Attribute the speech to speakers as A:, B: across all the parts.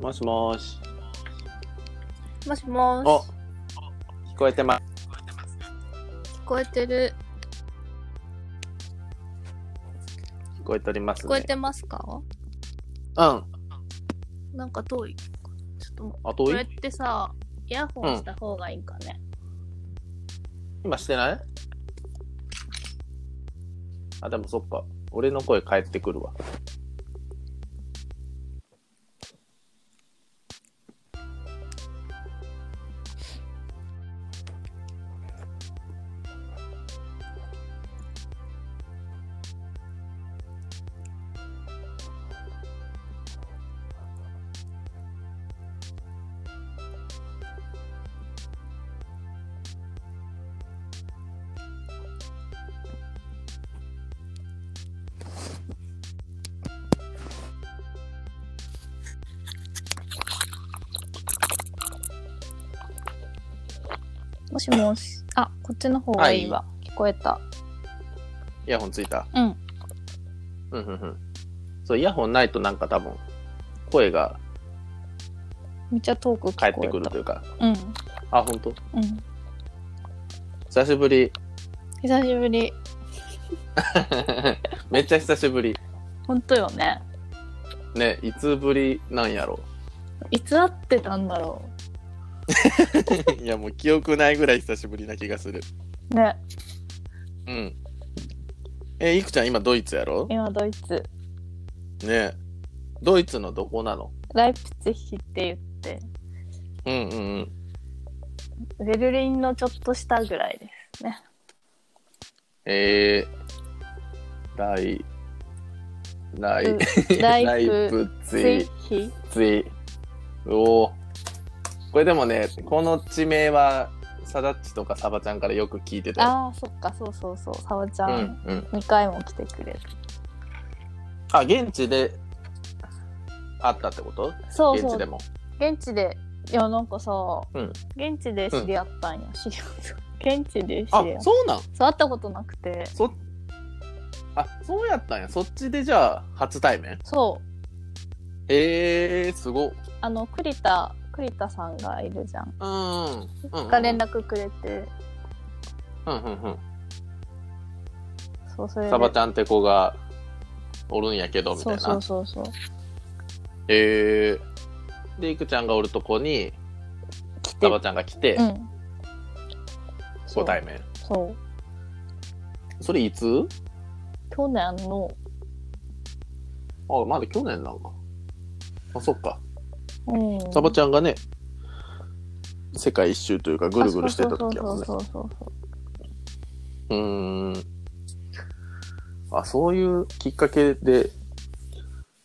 A: もしもし。
B: もしも
A: お聞こえてます。
B: し。聞こえてる。
A: 聞こえております、ね。
B: 聞こえてますか
A: うん。
B: なんか遠い。ちょっともう、
A: あ、
B: こ
A: 遠
B: れっ
A: い
B: てさ、イヤホンした方がいいかね。
A: 今してないあ、でもそっか。俺の声返ってくるわ。
B: もしもし。あ、こっちの方がいいわ。聞こえた。
A: イヤホンついた
B: うん。
A: うんうんうん。そう、イヤホンないとなんか多分、声が
B: めっちゃ遠く聞こ
A: 返
B: え。
A: ったてくるというか。
B: うん。
A: あ、ほんと
B: うん。
A: 久しぶり。
B: 久しぶり。
A: めっちゃ久しぶり。
B: ほんとよね。
A: ね、いつぶりなんやろ
B: いつ会ってたんだろ
A: う。いや、もう記憶ないぐらい久しぶりな気がする。
B: う。ね。
A: うん。え、いくちゃん今ドイツやろ
B: 今ドイツ。
A: ねドイツのどこなの
B: ライプツィヒって言って、
A: うんうんうん。
B: ベルリンのちょっと下ぐらいです。
A: えー、ライ、ライ、
B: ライプ
A: プツ
B: ツ
A: イ
B: ィ、ヒ
A: ツイ。おお。これでもね、この地名は、サダッチとかサバちゃんからよく聞いてたよ。
B: ああ、そっか、そうそうそう。沙織ちゃ
A: うん
B: ん、
A: うん。
B: 2回も来てくれる。
A: あ、現地で会ったってこと
B: そう
A: 現
B: そ
A: 地
B: う
A: で。も。
B: 現地でいやなんかさ、
A: ん
B: 現地で知り合ったんや、知り合った現地で知り合
A: あ
B: っ、た
A: そうなん
B: そう会ったことなくて
A: そ、あ、そうやったんや。そっちでじゃあ、初対面
B: そう
A: えー、すごっ。
B: あの栗田栗田さんがいるじゃん
A: うんうんうん。
B: が連絡くれて、
A: うんうんうん。
B: そうそれで
A: サバちゃんって子がおるんやけどみたい
B: そう
A: な。
B: そうそうそう
A: えー、で、いくちゃんがおるとこに、
B: 来て
A: サバちゃんが来て
B: う、ん
A: ご対面。
B: そうそう
A: それいつ
B: 去年の
A: あ、まだ去年なんか。あ、そっか。
B: うん
A: サバ
B: ゃ
A: ちゃんがね、世界一周というか、ぐるぐるしてた時やもんね。
B: そうそうそうそう
A: うーん。あ、そういうきっかけで、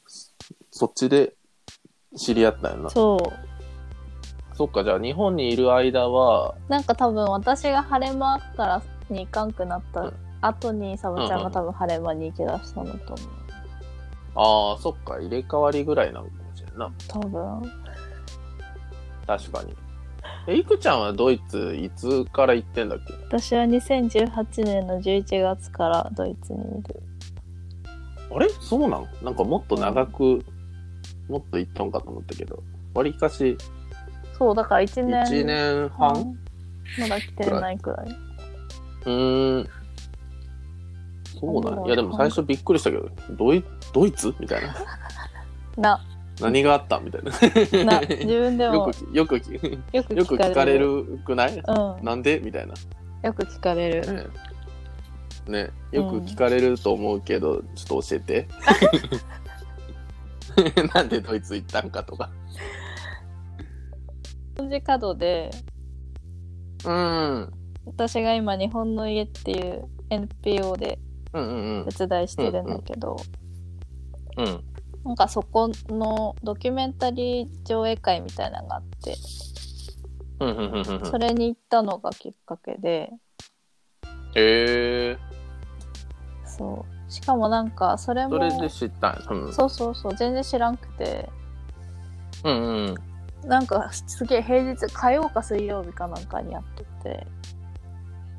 A: そそっちで知り合ったよな。
B: そうそう
A: そっか、じゃあ日本にいる間は、
B: なんか多分私が晴れ間からに行かんくなった後にサバちゃんが多分晴れ間に行きだしたのと思う、
A: ああ、そっか、入れ替わりぐらいなのかもしれんな。
B: 多分
A: 確かに。え、いくちゃんはドイツ、いつから行ってんだっけ
B: 私は2018年の11月からドイツにいる
A: あれそうなのなんかもっと長く、もっと行ったんかと思ったけど、わりかし
B: そうだから1年
A: 1年半
B: まだ来てないくらいう
A: ーん。そうなんや。いや、でも最初びっくりしたけど、ドイドイツみたい な。
B: な
A: 何があったみたいな。
B: な自分で
A: よ
B: も
A: くき、よくき、
B: よく
A: よく聞かれ
B: 聞
A: るくない
B: かれる
A: なんでみたいな。
B: うんよく聞かれる
A: ねねよく聞かれると思うけど、ちょっと教え てなんでドイツ行ったんかとか
B: 同じ角で
A: うん
B: 私が今「日本の家」っていう NPO で
A: うんうん
B: 手伝いしてるんだけど、
A: うんうん
B: なんかそこのドキュメンタリー上映会みたいなのがあって
A: うんうんうんう
B: そ
A: ん
B: れに行ったのがきっかけで
A: へえ
B: そうしかもなんかそれも
A: それで知ったんやうん
B: そうそうそう全然知らんくて
A: うんうん
B: なんかすげえ平日火曜か水曜日かなんかにやってて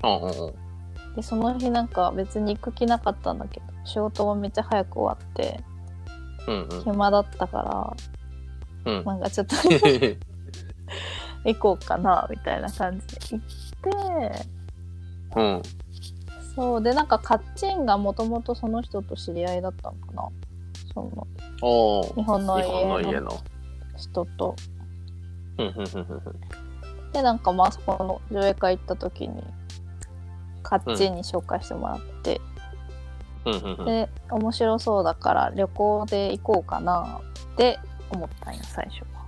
A: うんうんうん
B: でその日なんか別に行く気なかったんだけど仕事もめっちゃ早く終わって
A: うんうん
B: 暇だったから
A: うん
B: なんかちょっと
A: うん
B: 行こうかなみたいな感じで行って
A: うん
B: そうでなんかカッチンがもともとその人と知り合いだったのかなその
A: おー
B: 日本の
A: 日本の
B: 家
A: 家
B: の
A: の
B: 人と
A: うんうんうんうん
B: でなんかまあそこの上映会行った時にカッチンに紹介してもらって、
A: うんうんうん
B: で面白そうだから旅行で行こうかなって思ったんや最初は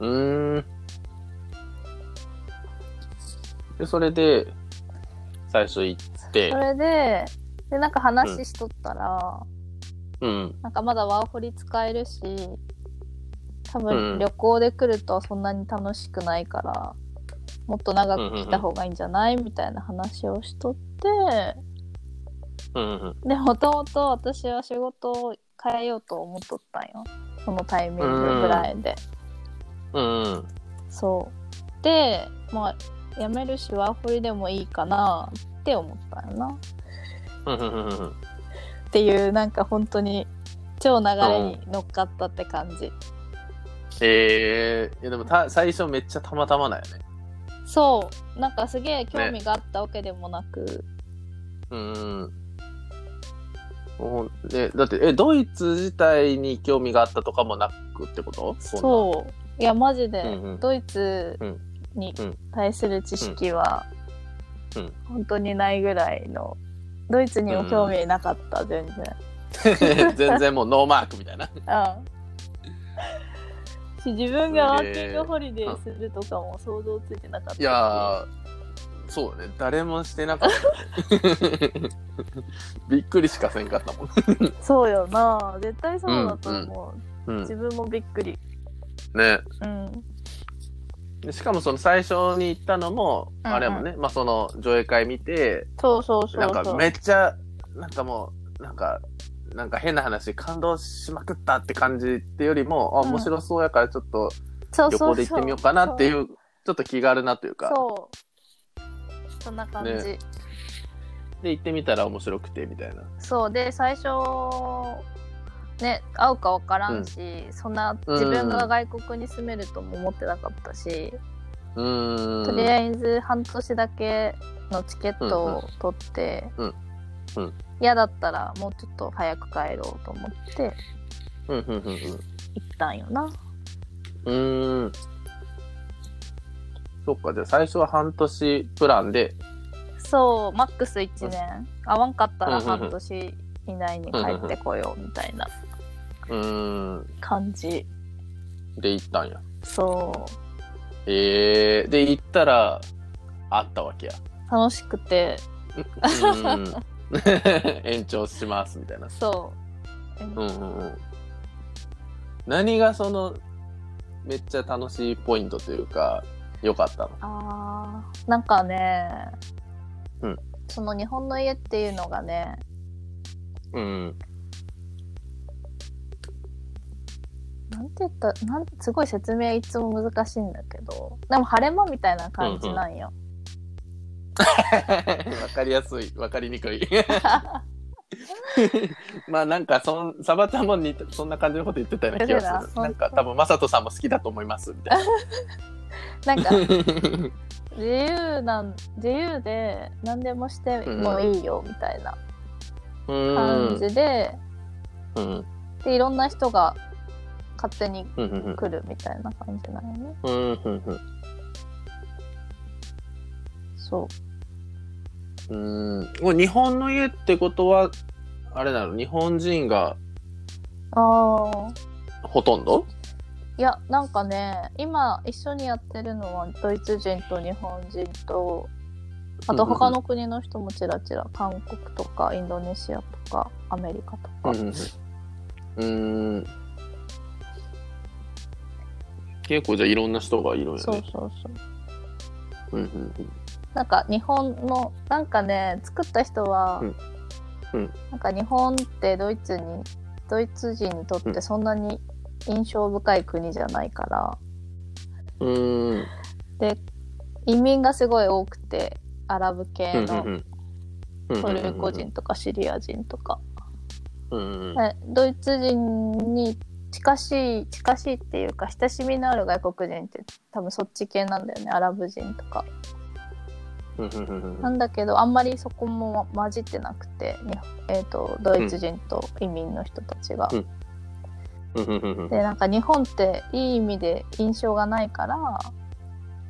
A: うーん。で、それで、最初行って
B: そ、れででなんか話しとったら、
A: うん。
B: なんかまだワーホリ使えるし多
A: うん
B: 分旅行で来るとそんなに楽しくないから、もっと長く来た方がいいんじゃない、みたいな話をしとって
A: うんうん
B: でもともと私は仕事を変えようと思っとったんよそのタイミングぐらいで、
A: うん。うん
B: そうでまあ辞めるしワーホリでもいいかなって思ったよな
A: うんうんうんうん。
B: っていうなんか本当に超流れに乗っかったって感じ、
A: えー、いやでもた最初めっちゃたまたまだよね。
B: そうなんかすげえ興味があったわけでもなく、
A: うん。おでだってえドイツ自体に興味があったとかもなくってこと
B: そういやマジで、
A: うんうん
B: ドイツに
A: うん
B: 対する知識は
A: うん
B: 本当にないぐらいのドイツにも興味なかった、全然
A: そんな 全然もうノーマークみたいな。
B: うんし自分がワーキングホリデーするとかも想像ついてなかったし
A: いやーそうね誰もしてなかった、ね、びっくりしかせんかったもん。
B: そうよな絶対そうだと思う、
A: うん
B: 自、分もびっくり
A: ね
B: うん
A: でしかもその最初に行ったのも、
B: うんうん
A: あれもね、まあ、その上映会見て
B: そうそうそうそう
A: なんかめっちゃなんかもうなんかなんか変な話感動しまくったって感じってよりも、
B: うん
A: あ面白そうやからちょっと
B: そう
A: 旅
B: そ
A: 行
B: う
A: で行ってみようかなっていうちょっと気軽なというか
B: そうそんな感じ、
A: ねで行ってみたら面白くてみたいな。
B: そうで最初ね会うか分からんし、そんな自分が外国に住めるとも思ってなかったし、
A: うーん
B: とりあえず半年だけのチケットを取って、
A: うんうん
B: 嫌だったらもうちょっと早く帰ろうと思って
A: うんうんうん
B: 行ったんよな
A: うんうーんそっかじゃあ最初は半年プランで
B: そうマックス1年会わんかった
A: う
B: ら
A: んうんうん
B: 半年以内に帰ってこようみたいな
A: うーん
B: 感じ
A: で行ったんや。
B: そう
A: えー、で行ったらあったわ けや。
B: 楽しくて
A: うん 延長しますみたいな。
B: そう、
A: うんうんうん、何がそのめっちゃ楽しいポイントというか良かったの
B: あーなんかね、
A: うん
B: その日本の家っていうのがね
A: うん
B: なんて言ったなんすごい説明いつも難しいんだけどでも晴れ間みたいな感じなんよ、
A: わかりやすいわかりにくい まあなんかそんサバちゃんも似たそんな感じのこと言ってたような気がす
B: そう
A: るな
B: だ
A: んか多分マサトさんも好きだと思いますみたいな
B: なんか自由なん自由で何でもしてもいいよみたいな
A: うん
B: 感じで,、
A: うん
B: でいろんな人が勝手に
A: うんうん
B: 来るみたいな感じなんよね
A: うんうんうん
B: そう
A: うーんもう日本の家ってことはあれなの日本人が
B: ああ
A: ほとんど
B: いやなんかね今一緒にやってるのはドイツ人と日本人とあと他の国の人もちらちら韓国とかインドネシアとかアメリカと
A: う
B: か、
A: んうんうんうーん結構じゃあいろんな人がいるんやね
B: そうそうそう
A: うんうんうん
B: なんか日本のなんかね作った人は、
A: うんうん
B: なんか日本ってドイツにドイツ人にとっ
A: う
B: てそんなに印象深い国じゃないから
A: うーん
B: 移民がすごい多くてアラブ系
A: うん
B: の
A: うんうん
B: トルコ人とかシリア人とか。
A: うんうんうん
B: はいドイツ人に近しい近しいっていうか親しみのある外国人って多分そっち系なんだよねアラブ人とか
A: うんうんうんうん
B: なんだけどあんまりそこも混じってなくて、にえー、とドイツ人と移民の人たちが、
A: うんうんうんうんうん
B: でなんか日本っていい意味で印象がないから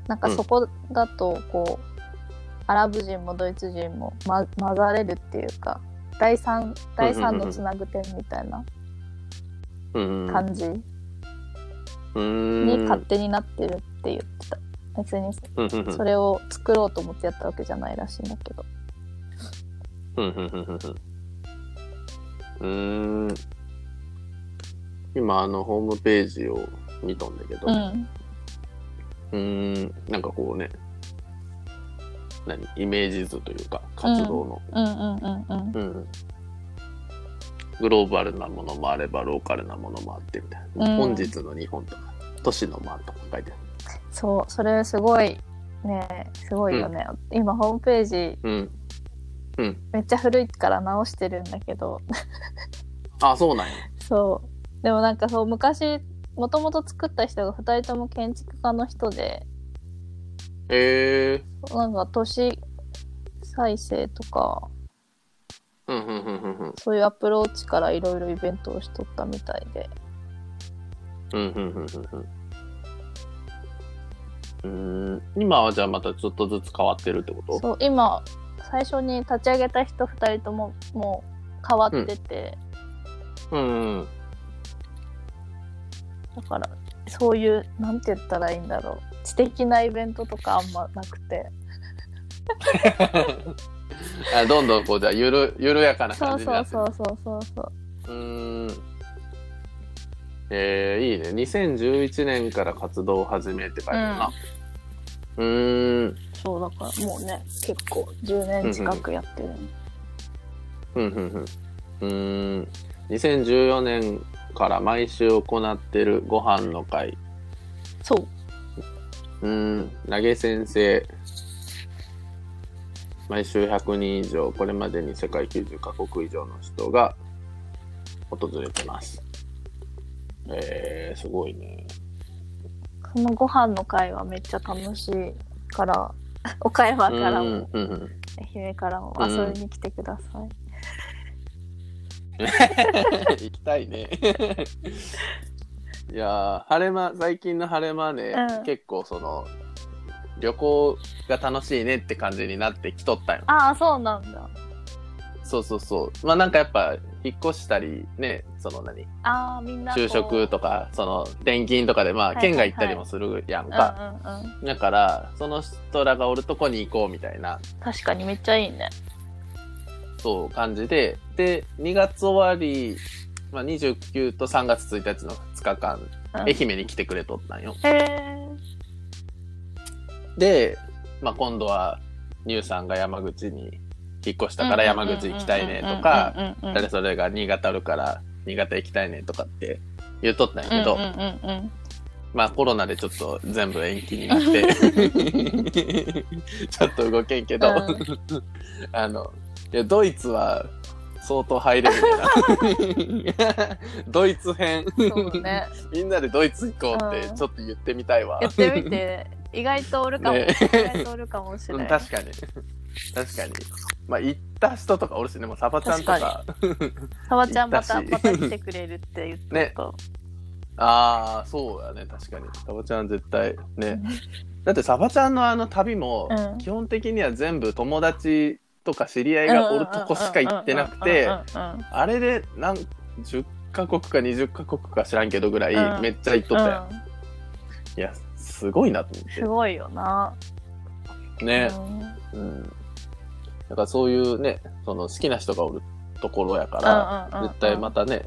B: なんかそこだとこう、アラブ人もドイツ人も、ま、混ざれるっていうか第三第三のつなぐ点みたいな
A: うん
B: 感じ
A: うん
B: に勝手になってるって言ってた別に
A: うんうんうん
B: それを作ろうと思ってやったわけじゃないらしいんだけど
A: うんうんうんうんうんうーん今あのホームページを見たんだけど、
B: う
A: うんーんなんかこうね何イメージ図というか活動の、
B: うんうんうんうん
A: うんグローバルなものもあればローカルなものもあってみたいな、
B: うん
A: 本日の日本とか都市のマンとか書いてある
B: そうそれすごいねすごいよね、今ホームページ
A: うん
B: めっちゃ古いから直してるんだけど
A: あそうなんや
B: そうでもなんかそう昔もともと作った人が2人とも建築家の人で
A: え
B: なんか都市再生とか
A: ー、うんうんうんうんうん
B: そういうアプローチからいろいろイベントをしとったみたいで
A: うんうんうんうんうんうーん今はじゃあまたちょっとずつ変わってるってこと
B: そう今最初に立ち上げた人2人とももう変わってて、
A: うんうん
B: だからそういうなんて言ったらいいんだろう知的なイベントとかあんまなくて
A: あどんどんこうじゃあゆる緩やかな
B: そ
A: 感
B: う
A: じに
B: そ
A: な
B: う
A: ってる
B: そうそうそうそ
A: う
B: う
A: ーんえー、いいね2011年から活動を始めって書いてあるなうーん
B: そうだからもうね結構10年近くやってる、
A: うんうんうんうーん2014年から毎週行ってるご飯の会
B: そう
A: うーん、投げ先生。毎週100人以上、これまでに世界90カ国以上の人が訪れてます。えー、すごいね。
B: そのご飯の会はめっちゃ楽しいから、岡山から
A: う
B: も
A: ん、うんうん
B: 愛媛からも
A: うん
B: 遊びに来てください。
A: 行きたいね。いやー晴れ間、最近の晴れ間ね、
B: うん
A: 結構その、旅行が楽しいねって感じになってきとったよ。
B: ああ、そうなんだ。
A: そうそうそう。まあなんかやっぱ、引っ越したり、ね、その何、
B: ああ、みんなこう。
A: 就職とかその転勤とかでま
B: はい
A: あ
B: はいはい
A: 県外行ったりもするやんか、
B: うんうんうん。
A: だからその人らがおるとこに行こうみたいな
B: 確かにめっちゃいいね。
A: そう感じでで2月終わり、まあ、29と3月1日の2日間
B: うん
A: 愛媛に来てくれとったんよ、
B: へえ。
A: で、まあ、今度はニューさんが山口に引っ越したから山口行きたいねとか
B: うんうんうんうんうん、
A: 誰それが新潟あるから新潟行きたいねとかって言っとったんやけど、
B: うんうんうんうん
A: まあコロナでちょっと全部延期にな って、ちょっと動けんけど、
B: う
A: あの、いや、ドイツは相当入れ るな。ドイツ編、
B: そ うね。
A: みんなでドイツ行こうって
B: うん
A: ちょっと言ってみたいわ。
B: やってみて、意外とおるかも。
A: ね
B: 意外とおるかもしれ
A: う
B: なんい。
A: 確かに。確かに。まあ行った人とかおるしね、もうサバちゃんとか。
B: サワちゃんまた、
A: 行
B: ま
A: ったし
B: た来てくれるって言ってた。
A: ああ、そうやね、確かに。サバちゃん絶対ね。だってサバちゃんのあの旅も、
B: うん
A: 基本的には全部友達とか知り合いがおるとこしか行ってなくて、あれでなん10カ国か20カ国か知らんけどぐら
B: う
A: い
B: ん
A: めっちゃ行っと
B: う
A: っ
B: んう
A: た
B: ん
A: や
B: うんうん
A: ん。いや、すごいなと思
B: すごいよな。
A: って。ね。
B: う
A: う
B: ん
A: ん。だからそういうね、その好きな人がおるところやか
B: うん
A: ら、
B: うんうん
A: 絶対またね、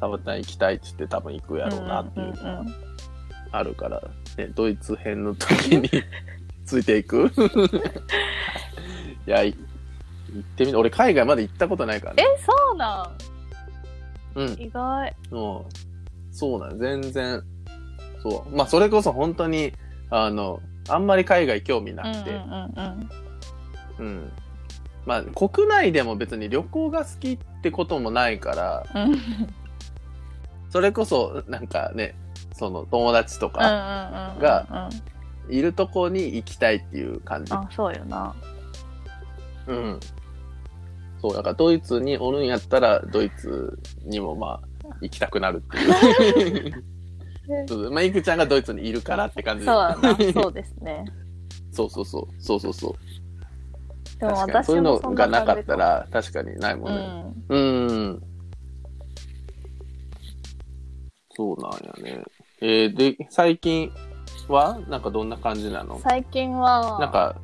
A: サバちゃん行きたいって言って多分行くやろうなっていうのは
B: んんん
A: あるから、ね、ドイツ編の時に ついていく いやい行ってみて俺海外まで行ったことないから
B: え
A: ね
B: そうなん
A: うん
B: 意外
A: もうそうなの全然そうまあそれこそ本当にあのあんまり海外興味なくて、
B: うんうんうん
A: うんまあ国内でも別に旅行が好きってこともないから
B: うん
A: それこそなんかねその友達と
B: うんうんうん
A: か
B: うんうん
A: がいるとこに行きたいっていう感じ、
B: あそうよな
A: うんそうだからドイツにおるんやったらドイツにもまあ行きたくなるっていう そうまあいくちゃんがドイツにいるからって感
B: そ
A: じ
B: うだなそうですね
A: そうそうそうそうそうそう
B: でも
A: 確かに
B: 私
A: そういうの
B: もそん
A: がな
B: な
A: か
B: 感
A: っ
B: じ
A: たら確かにないも
B: うん
A: ね
B: ん
A: うんそうなんやねえーで最近はなんかどんな感じなの
B: 最近は
A: なんか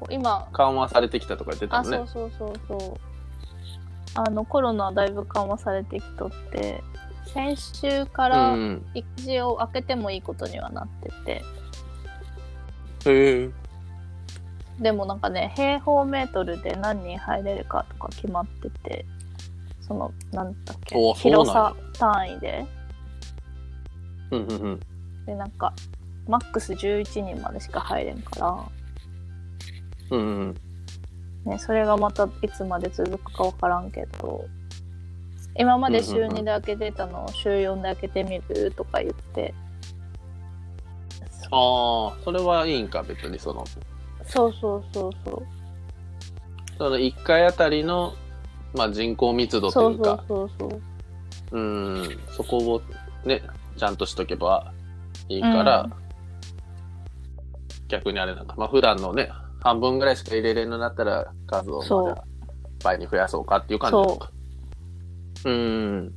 B: こう今
A: 緩和されてきたとか言ってたも
B: あ
A: ん
B: そ
A: ね
B: うそうそうそうあのコロナだいぶ緩和されてきとって先週から
A: うん
B: 育児を開けてもいいことにはなってて
A: へえ
B: でもなんかね平方メートルで何人入れるかとか決まっててそのなんだっけ
A: おそうなん
B: 広
A: や
B: さ単位で
A: うんうんうん
B: でなんかマックス11人までしか入れんか
A: うんうん
B: ら、ね、それがまたいつまで続くか分からんけど今まで
A: うん
B: 週
A: うんうん
B: 2で開けてたのを週4で開けてみるとか言って
A: ああそれはいいんか別にその
B: そうそうそうそう
A: その1回あたりの、まあ、人口密度と
B: そう
A: いう
B: そう
A: か
B: そうそう
A: うんそこをねちゃんとしとけばいいから、
B: うん
A: 逆にあれなんかまあ普段のね半分ぐらいしか入れれんのなったら数をまあ
B: そう
A: じゃあ倍に増やそうかっていう感じなのかうん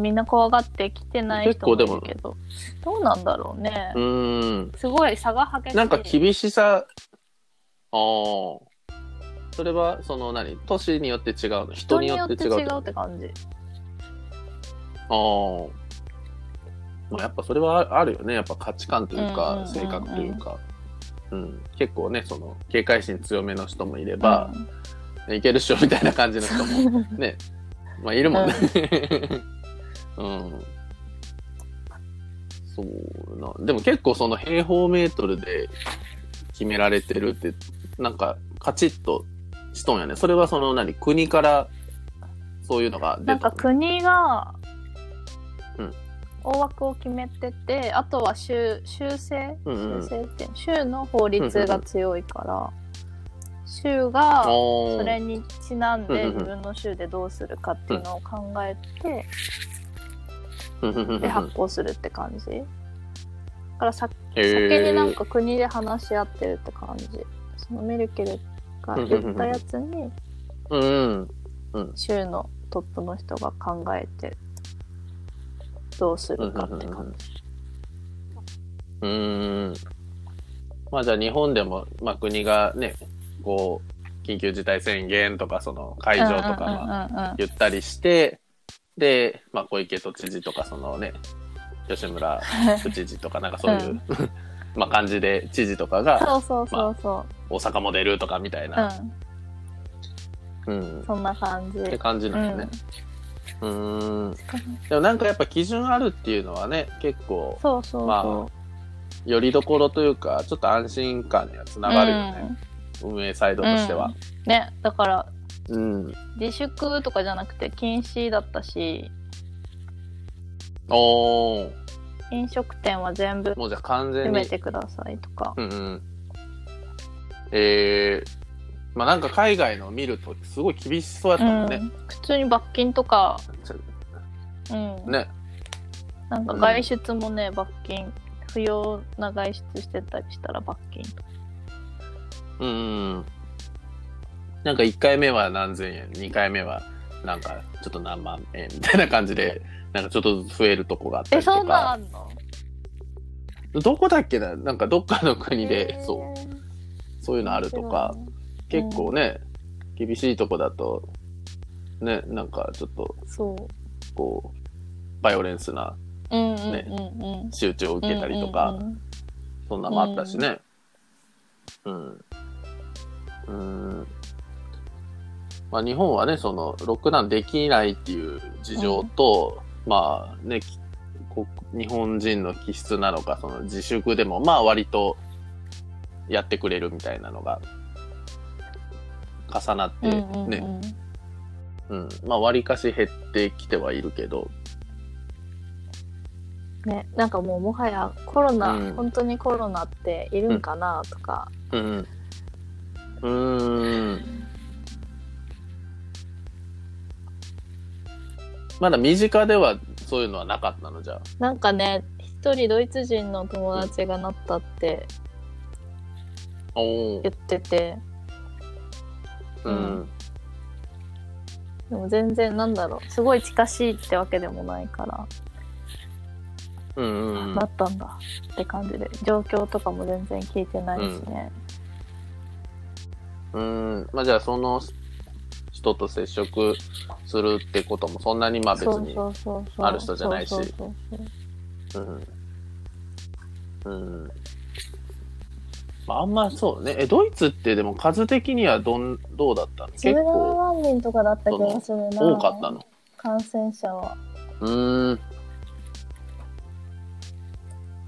B: みんな怖がって来てない人もいるけどどうなんだろうね、
A: うん
B: すごい差が激しい
A: なんか厳しさああそれはその何都市によって違うの人
B: 人
A: によ
B: によ
A: っ
B: っ
A: て
B: て
A: 違
B: 違
A: う
B: う
A: ってこと
B: って感じ
A: あーまあ、やっぱそれはあるよねやっぱ価値観という
B: うんうんうんう
A: か
B: ん
A: 性格というか、うん、結構ねその警戒心強めの人もいれば、ねいけるっしょみたいな感じの人も
B: うん
A: ねまあいるもんね うんそうなでも結構その平方メートルで決められてるってなんかカチッとしとんやねそれはその何国からそういうのが
B: な
A: 出
B: ん
A: た
B: か国が
A: うん
B: 大枠を決めててあとは州州制
A: うんうん
B: 州制っていうの州の法律が強いから、州がそ
A: そ
B: れにちなん
A: うんう
B: で
A: んうん
B: 自分の州でどうするかっていうのを考えて、で発行するって感じだからさ先になんか国で話し合ってるって感じそのメルケルが言ったやつに
A: うんうん
B: 州のトップの人が考えてどうするかって感じ
A: うーんまあじゃあ日本でも、まあ、国がねこう緊急事態宣言とかその会場とかまあ
B: か
A: 言ったりしてで、まあ、小池都知事とかそのね吉村府知事とかなんかそういう、
B: う
A: まあ感じで知事とかが
B: そうそうそうそ
A: 大阪も出るとかみたいう
B: う
A: な、
B: ん
A: うん
B: そんな感じ
A: って感じなんだね。うーん
B: うん
A: でもなんかやっぱ基準あるっていうのはね結構
B: そうそう
A: ま
B: そ
A: よりどころというかちょっと安心感にはつ
B: う
A: ながるよね、運営サイドとしては。
B: うんねだから
A: うん、
B: 自粛とかじゃなくて禁止だったし
A: おー
B: 飲食店は全部
A: もうじゃあ完全
B: 閉め
A: に。
B: てくださいとか
A: うんうん、えー、まあなんか海外の見るとすごい厳しそうやったもん
B: う
A: ね。
B: ん普通に罰金とか、
A: ちょ
B: うん
A: ね。
B: なんか外出もね、罰金不要な外出してたりしたら罰金とか
A: うんうん。なんか1回目は何千円、2回目はなんかちょっと何万円みたいな感じで、なんかちょっとずつ増えるとこがあった
B: え
A: りとか。
B: そんなんあんの
A: どこだっけななんかどっかの国で、
B: へー
A: そう、そういうのあるとか。結構ね、厳しいとこだとねなんかちょっと
B: そう
A: こうバイオレンスな
B: うんうんうんうん
A: 集中を受けたりとか、
B: うんうんうん
A: そんなのもあったしねうんうんまあ日本はねそのロックダウンできないっていう事情と、まあねきこ日本人の気質なのかその自粛でもまあ割とやってくれるみたいなのが重なってね、
B: うんうんうん
A: うん。まあ、割かし減ってきてはいるけど、
B: ね、なんかもうもはやコロナ、
A: うん
B: 本当にコロナっているんかなとか、
A: うん。うーん。まだ身近ではそういうのはなかったのじゃあ。
B: なんかね一人ドイツ人の友達がなったって
A: おー
B: 言ってて、
A: うん。
B: でも全然なんだろうすごい近しいってわけでもないから、
A: うんうん
B: なったんだって感じで状況とかも全然聞いてないしね、
A: うん。うん。まあじゃあその人と接触するってこともそんなにまあ別
B: そう
A: に。
B: そうそうそう
A: ある人じゃないし
B: そうそうそう
A: うん。うん。まああんまそうね。え、ドイツってでも数的にはどん、どうだったの結
B: 17
A: 構
B: 万人とかだった気がするな
A: 多かったの
B: 感染者は
A: うーん。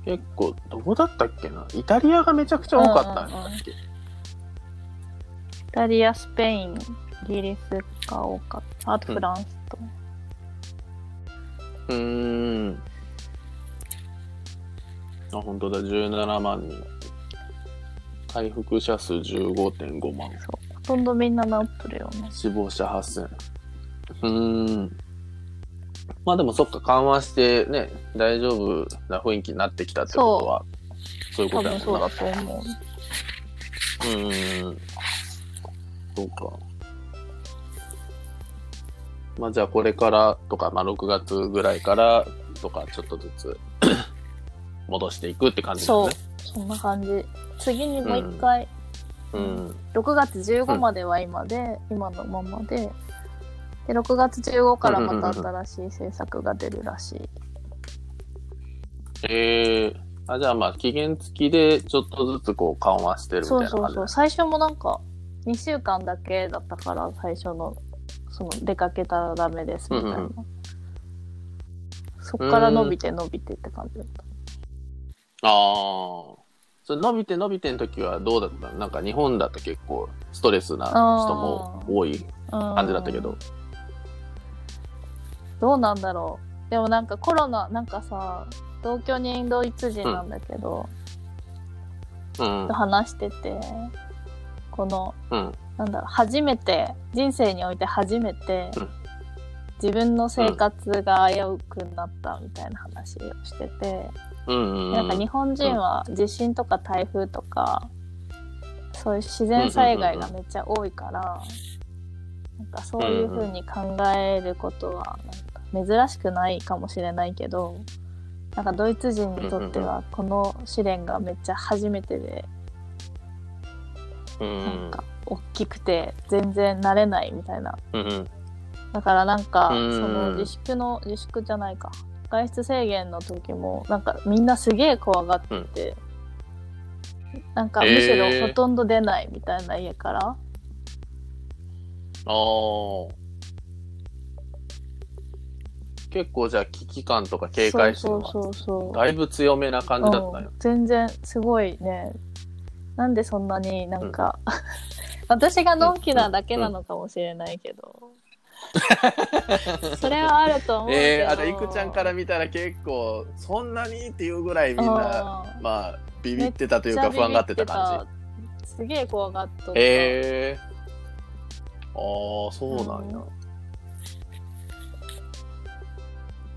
A: 結構、どこだったっけなイタリアがめちゃくちゃ多かったんだっけ、
B: イタリアスペインイギリスが多かったあと
A: うん
B: フランスと、
A: うーん。あ、本当だ、17万人。回復者数15.5万。
B: そうほとんどみんな治ってるよね
A: 死亡者8000。うーん。まあでもそっか、緩和してね、大丈夫な雰囲気になってきたってことは、そういうこ
B: 多
A: とやも
B: 分
A: んな
B: そうだと思う
A: うん。そうか。まあじゃあこれからとか、まあ6月ぐらいからとか、ちょっとずつ 戻していくって感じです
B: そう
A: ね。
B: そんな感じ次にもう一回、
A: う。ん。
B: 6月15までは今で、今のままでで6月15からまた新しい政策が出るらしい、
A: ええあ、じゃあまあ期限付きでちょっとずつこう緩和してるみたい
B: そう
A: な
B: そ
A: 感
B: う
A: じ
B: そう最初もなんか2週間だけだったから最初のその出かけたらダメですみたいな、
A: うんうん
B: そっから伸びて伸びてって感じだっ
A: ああ。それ伸びて伸びての時はどうだったのなんか日本だと結構ストレスな人も多い
B: た、うん
A: 感じだったけど。
B: どうなんだろうでもなんかコロナなんかさ同居人ドイツ人なんだけど、
A: うん
B: と。話しててこの
A: うん。
B: なんだろう初めて人生において初めて、
A: うん
B: 自分の生活が危うくなったみたいな話をしてて、
A: うんうんうん。
B: なんか日本人は地震とか台風とか、そういう自然災害がめっちゃ多いから、なんかそういう風に考えることはなんか珍しくないかもしれないけどなんかドイツ人にとってはこの試練がめっちゃ初めてで、
A: う
B: なん
A: ん
B: か大きくて全然慣れないみたいな
A: うんうん。
B: だからなんか、
A: うん
B: その自粛の自粛じゃないか外出制限の時もなんかみんなすげえ怖がってて、なんかむしろ
A: えー
B: ほとんど出ないみたいな家から、
A: ああ。結構じゃあ危機感とか警戒心
B: そう
A: は
B: そうそう
A: だいぶ強めな感じだった
B: うん
A: よ。
B: 全然すごいねなんでそんなになんか、 私がのんきなだけなのかもしれないけど、それはあると思うけど
A: ええー、あといくちゃんから見たら結構そんなにっていうぐらいみんな
B: うん
A: まあビビってたというか不安がってた感
B: じすげえ怖がっとっ
A: じ。
B: た
A: ええー。ああそうなんや。
B: うん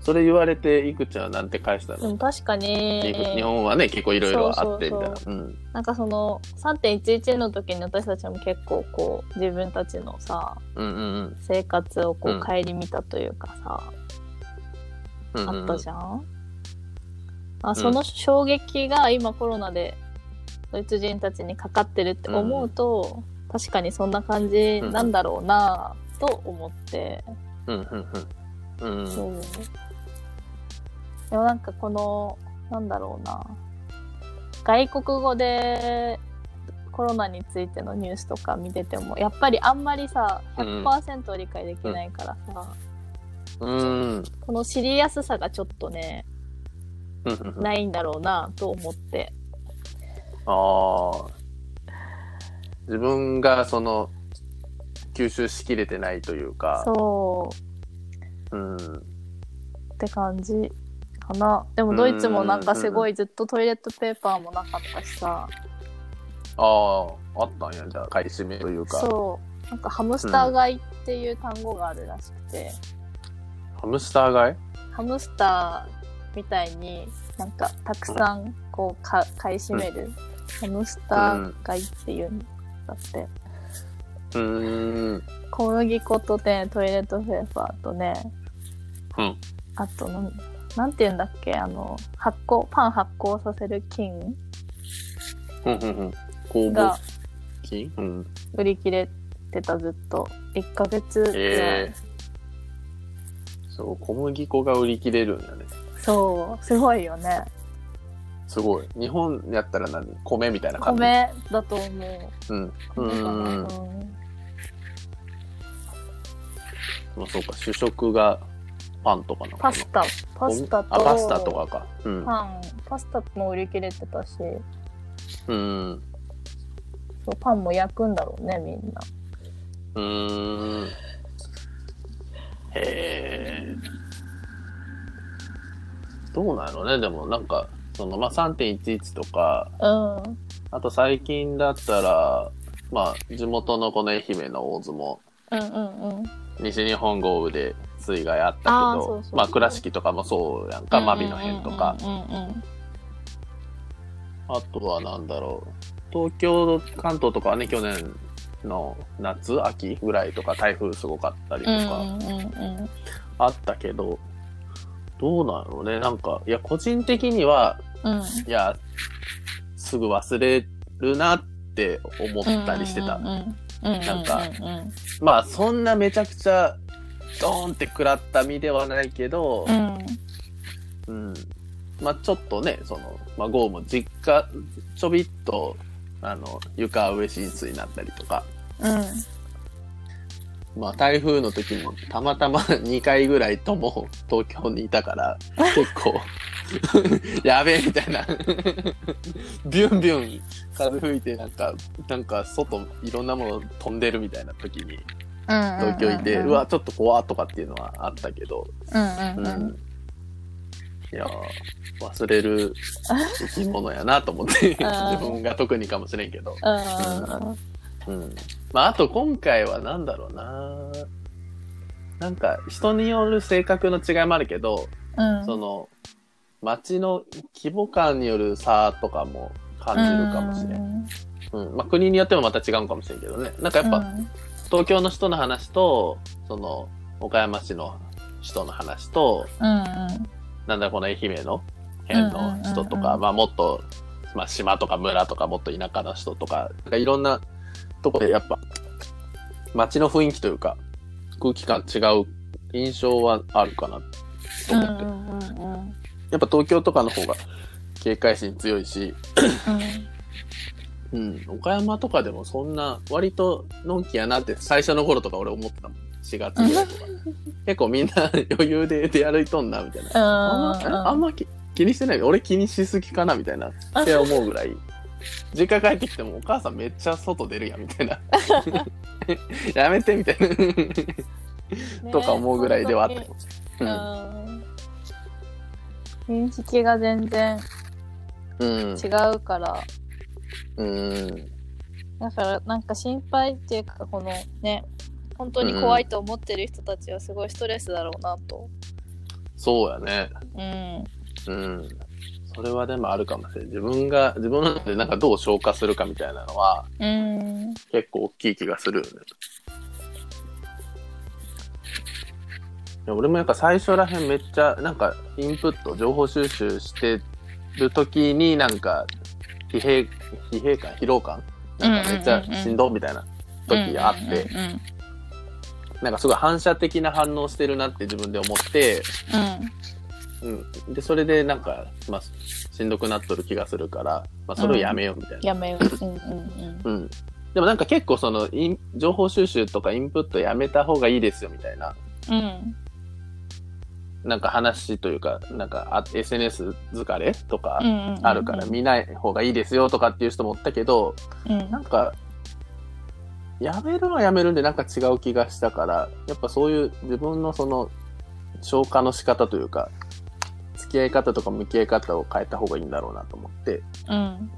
A: それ言われていくちゃんはなんて返した
B: で
A: の、
B: も確か
A: 日
B: に
A: 本はね結構いろいろあってみたいな。うん
B: なんかその3.11の時に私たちも結構こう自分たちのさ
A: うんうん
B: 生活をこ
A: う
B: うん顧みたというかさ、
A: うん。
B: あったじ
A: ゃん。
B: ゃんあその衝撃が今コロナでドイツ人たちにかかってるって思うと、確かにそんな感じなんだろうなぁと思って。
A: うんうんうん。うん
B: うんでもなんかこのなんだろうな外国語でコロナについてのニュースとか見ててもやっぱりあんまりさ
A: うん
B: 100%理解できないからさ、
A: うん。
B: この知りやすさがちょっとね
A: うんうんうん
B: ないんだろうなと思って
A: ああ。自分がその、吸収しきれてないというか、
B: そう
A: うん、
B: って感じかなでもドイツもなんかすごいずっとトイレットペーパーもなかったしさ
A: あああったんやじゃあ買い占めというか
B: そうなんかハムスター買いっていう単語があるらしくて、
A: ハムスター買い
B: ハムスターみたいになんかたくさんこうか買い占める、ハムスター買いっていうんだって
A: うーん
B: 小麦粉とねトイレットペーパーとね
A: うん
B: あとなんなんて言うんだっけあの発酵パン発酵させる菌
A: うんうんうん工
B: が
A: 房金うん
B: 売り切れてたずっと1ヶ月ぐらい
A: ええそう小麦粉が売り切れるんやね
B: そうすごいよね
A: すごい日本やったら何米みたいな感じ
B: 米だと思
A: うん
B: う、
A: うんうん
B: うん
A: まあそうか主食がパンとかなのか
B: パ
A: な
B: スタパスタと
A: あパスタとかかうん
B: パンパスタも売り切れてたし
A: うん
B: そうパンも焼くんだろうねみんな
A: うーんへえどうなのねでもなんかそのまあ3.11とか
B: うん
A: あと最近だったらまあ地元のこの愛媛の大相撲
B: うんうんうん
A: 西日本豪雨で水害あったけ
B: あー
A: ど
B: そうそうそう
A: まあ倉敷とかもそうやんか真備の辺とか、
B: うんうんうん
A: あとはなんだろう東京関東とかはね去年の夏秋ぐらいとか台風すごかったりと
B: うん
A: か、
B: うんうんうん
A: あったけど、どうなのね、なんか、いや、個人的には、
B: うん
A: いや、すぐ忘れるなって思ったりしてた。
B: うんうんうんうん
A: なんか
B: うんうん
A: まあ、そんなめちゃくちゃ、ドーンって食らった身ではないけど
B: う、ん
A: うん。まあ、ちょっとね、その、まあ、ゴーも実家、ちょびっと、あの、床上浸水になったりとか、
B: うん
A: まあ、台風の時もたまたま2回ぐらいとも東京にいた から結構やべえみたいなビュンビュン風吹いてなんかなんか外いろんなもの飛んでるみたいな時に東京いて、うわちょっと怖っとかっていうのはあったけど、
B: うん
A: う
B: うん
A: ん
B: うん
A: いやー忘れる生き物やなと思って
B: あー
A: 自分が特にかもしれんけど。
B: うん
A: うんまあ、あと今回は何だろうな。なんか人による性格の違いもあるけど、
B: うん
A: その街の規模感による差とかも感じるかもしれん。うんまあ、国によってもまた違うかもしれんけどね。なんかやっぱ東京の人の話と、その岡山市の人の話と、
B: うんうん
A: なんだこの愛媛の辺の人と
B: うんうんうん
A: か、
B: うん
A: まあもっと、まあ島とか村とかもっと田舎の人とか、なんかいろんなとこでやっぱ、街の雰囲気というか、空気感違う印象はあるかなと
B: うん
A: 思
B: う
A: って。
B: んうんうん
A: やっぱ東京とかの方が警戒心強いし、うん、岡山とかでもそんな、割とのんきやなって最初の頃とか俺思ってたもん。4月ぐらいと か。結構みんな余裕で出歩いとんな、みたいな。あんまあんまき気にしてない俺気にしすぎかなみたいなって思うぐらい実家帰ってきてもお母さんめっちゃ外出るやんみたい なやめてみたいなとか思うぐらいではあったよ、
B: 認識が全然
A: うん
B: 違うから、
A: うんうん
B: だからなんか心配っていうかこのね本当に怖いと思ってる人たちはすごいストレスだろうなと、
A: そうやね
B: うん、
A: うんそれはでもあるかもしれない自分が自分の中でなんかどう消化するかみたいなのは
B: うん、
A: 結構大きい気がするよねいや俺もやっぱ最初らへんめっちゃなんかインプット情報収集してる時になんか疲弊疲弊感疲労感なんかめっちゃしんどみたいな時があって、
B: うんうん
A: なんかすごい反射的な反応してるなって自分で思って、うん、でそれでなんか、まあ、しんどくなっとる気がするから、まあ、それをやめようみたいな。
B: やめよう、うんうん
A: うん。でもなんか結構そのイン、情報収集とかインプットやめた方がいいですよみたいな、
B: うんうん
A: なんか話というか、なんかあ SNS 疲れとか
B: うんうんうん
A: あるから見ない方がいいですよとかっていう人もおったけど、
B: うん
A: なんか、やめるはやめるんでなんか違う気がしたから、やっぱそういう自分のその消化の仕方というか、付き合い方とか向き合い方を変えた方がいいんだろうなと思って、
B: うん。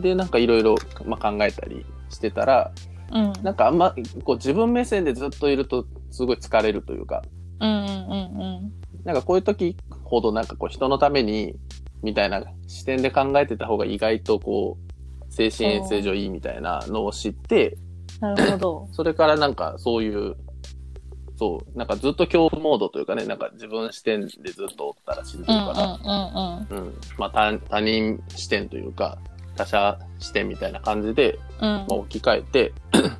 A: で、なんかいろいろまあ考えたりしてたら、
B: うん。
A: なんかあんまこう自分目線でずっといるとすごい疲れるというか、
B: うんうんうん
A: なんかこういう時ほどなんかこう人のためにみたいな視点で考えてた方が意外とこう精神衛生上いいみたいなのを知って、
B: うん。なるほど。
A: それからなんかそういう、そう、なんかずっと恐怖モードというかね、なんか自分視点でずっとおったら死ぬ
B: うんうんうん
A: か
B: うん。
A: ら、うん、まあ他他人視点というか、他者視点みたいな感じで、
B: うん
A: まあ、。置き換えて、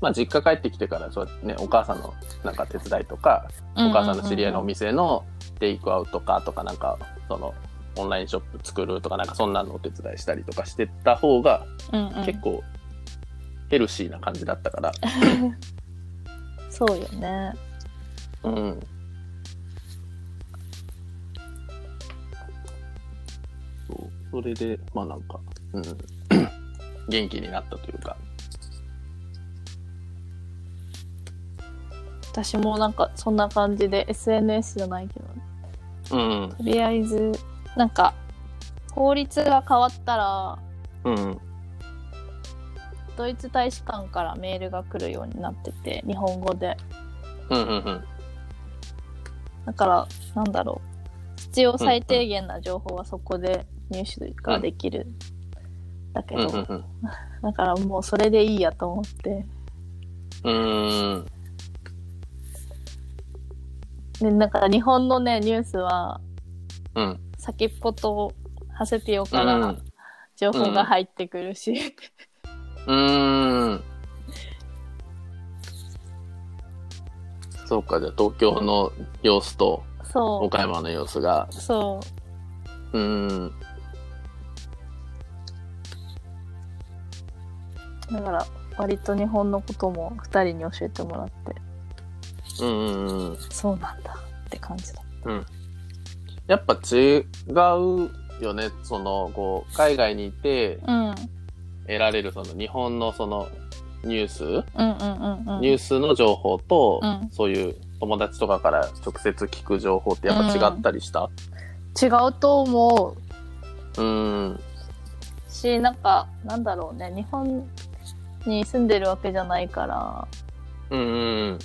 A: まあ実家帰ってきてから、そうやってね、お母さんのなんか手伝いとか、お母さんの知り合いのお店のテイクアウトかとかなんかそのオンラインショップ作るとかなんかそんなのお手伝いしたりとかしてた方が
B: うんうん
A: 結構ヘルシーな感じだった から、
B: そうよね。
A: うん、そうそれでまあなんか、うん、 元気になったというか
B: 私もなんかそんな感じで SNS じゃないけど、
A: うん
B: とりあえずなんか法律が変わったら
A: うん
B: ドイツ大使館からメールが来るようになってて日本語で
A: うんうんうん
B: だからなんだろう必要最低限な情報はそこで入手ができる、だけ
A: うんう
B: ど、
A: んうん
B: だからもうそれでいいやと思って
A: うーん
B: でなんか日本のねニュースは
A: うん
B: 先っぽとハセピオか
A: う
B: ら
A: ん
B: 情報が入ってくるし、
A: うーん。そうか、じゃあ東京の様子と
B: そ
A: 岡山の様子が
B: う。そう
A: ーん。
B: うだから割と日本のことも2人に教えてもらって
A: うんうんうん。
B: そうなんだって感じだ
A: やっぱ違うよね。その、こう、海外にいて
B: うんうん
A: 得られるその日本のそのニュース、
B: うんうんうん
A: ニュースの情報と、
B: うん
A: そういう友達とかから直接聞く情報ってやっぱ違ったりした
B: 違うと思う
A: うーん。
B: しなんかなんだろうね日本に住んでるわけじゃないから
A: うんうん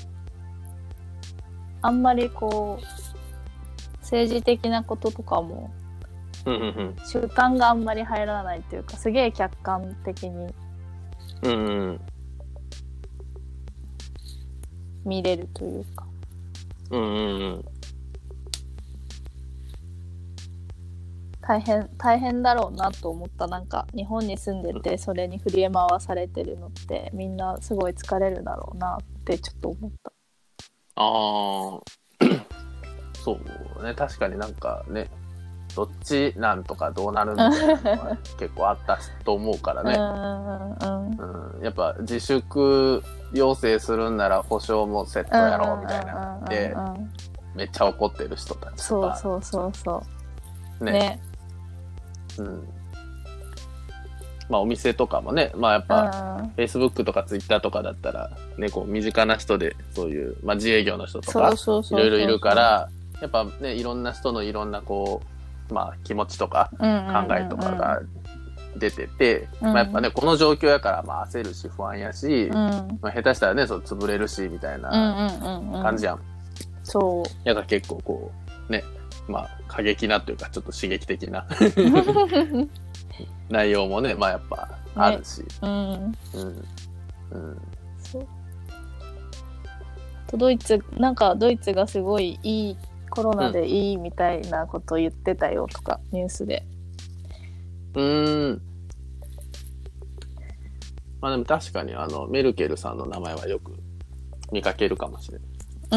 B: あんまりこう政治的なこととかも
A: うん。うんうん
B: 習慣があんまり入らないというかすげえ客観的に
A: うん。うんうん
B: 見れるというか
A: うんうんうん。
B: 大変大変だろうなと思ったなんか日本に住んでてそれに振り回されてるのってみんなすごい疲れるだろうなってちょっと思った
A: ああ、 そうね、確かになんかね、どっちなんとかどうなるみたいなのは結構あったと思うからね、
B: うーんうん
A: うんやっぱ自粛要請するんなら保証もセットやろうみたいな、
B: な
A: でめっちゃ怒ってる人たちと
B: そう
A: か、
B: そうそうそう
A: ね
B: ね
A: うんまあ、お店とかもね、まあ、やっ
B: うん
A: ぱ Facebook とか Twitter とかだったら、ね、こう身近な人でそういう、まあ、自営業の人と
B: そ
A: か
B: うそう
A: い
B: そう
A: ろいろいるから、やっぱね、いろんな人のいろんなこう、まあ気持ちとか
B: 考
A: 考えとかが出てて、
B: うん
A: まあやっぱね、この状況やから、まあ焦るし不安やし、
B: うんうん
A: まあ下手したらね、そう潰れるし、みたいな
B: うんうんうん
A: 感じやん。
B: そう
A: やから結構こう、ね、まあ過激なというか、ちょっと刺激的 な内容もね、まあやっぱあるし、
B: うん
A: うん。うん。
B: そうあとドイツなんかドイツがすごいいいコロナでいいみたいなこと言ってたよとか、ニュースで
A: うーん。まあでも確かにあの、メルケルさんの名前はよく見かけるかもしれな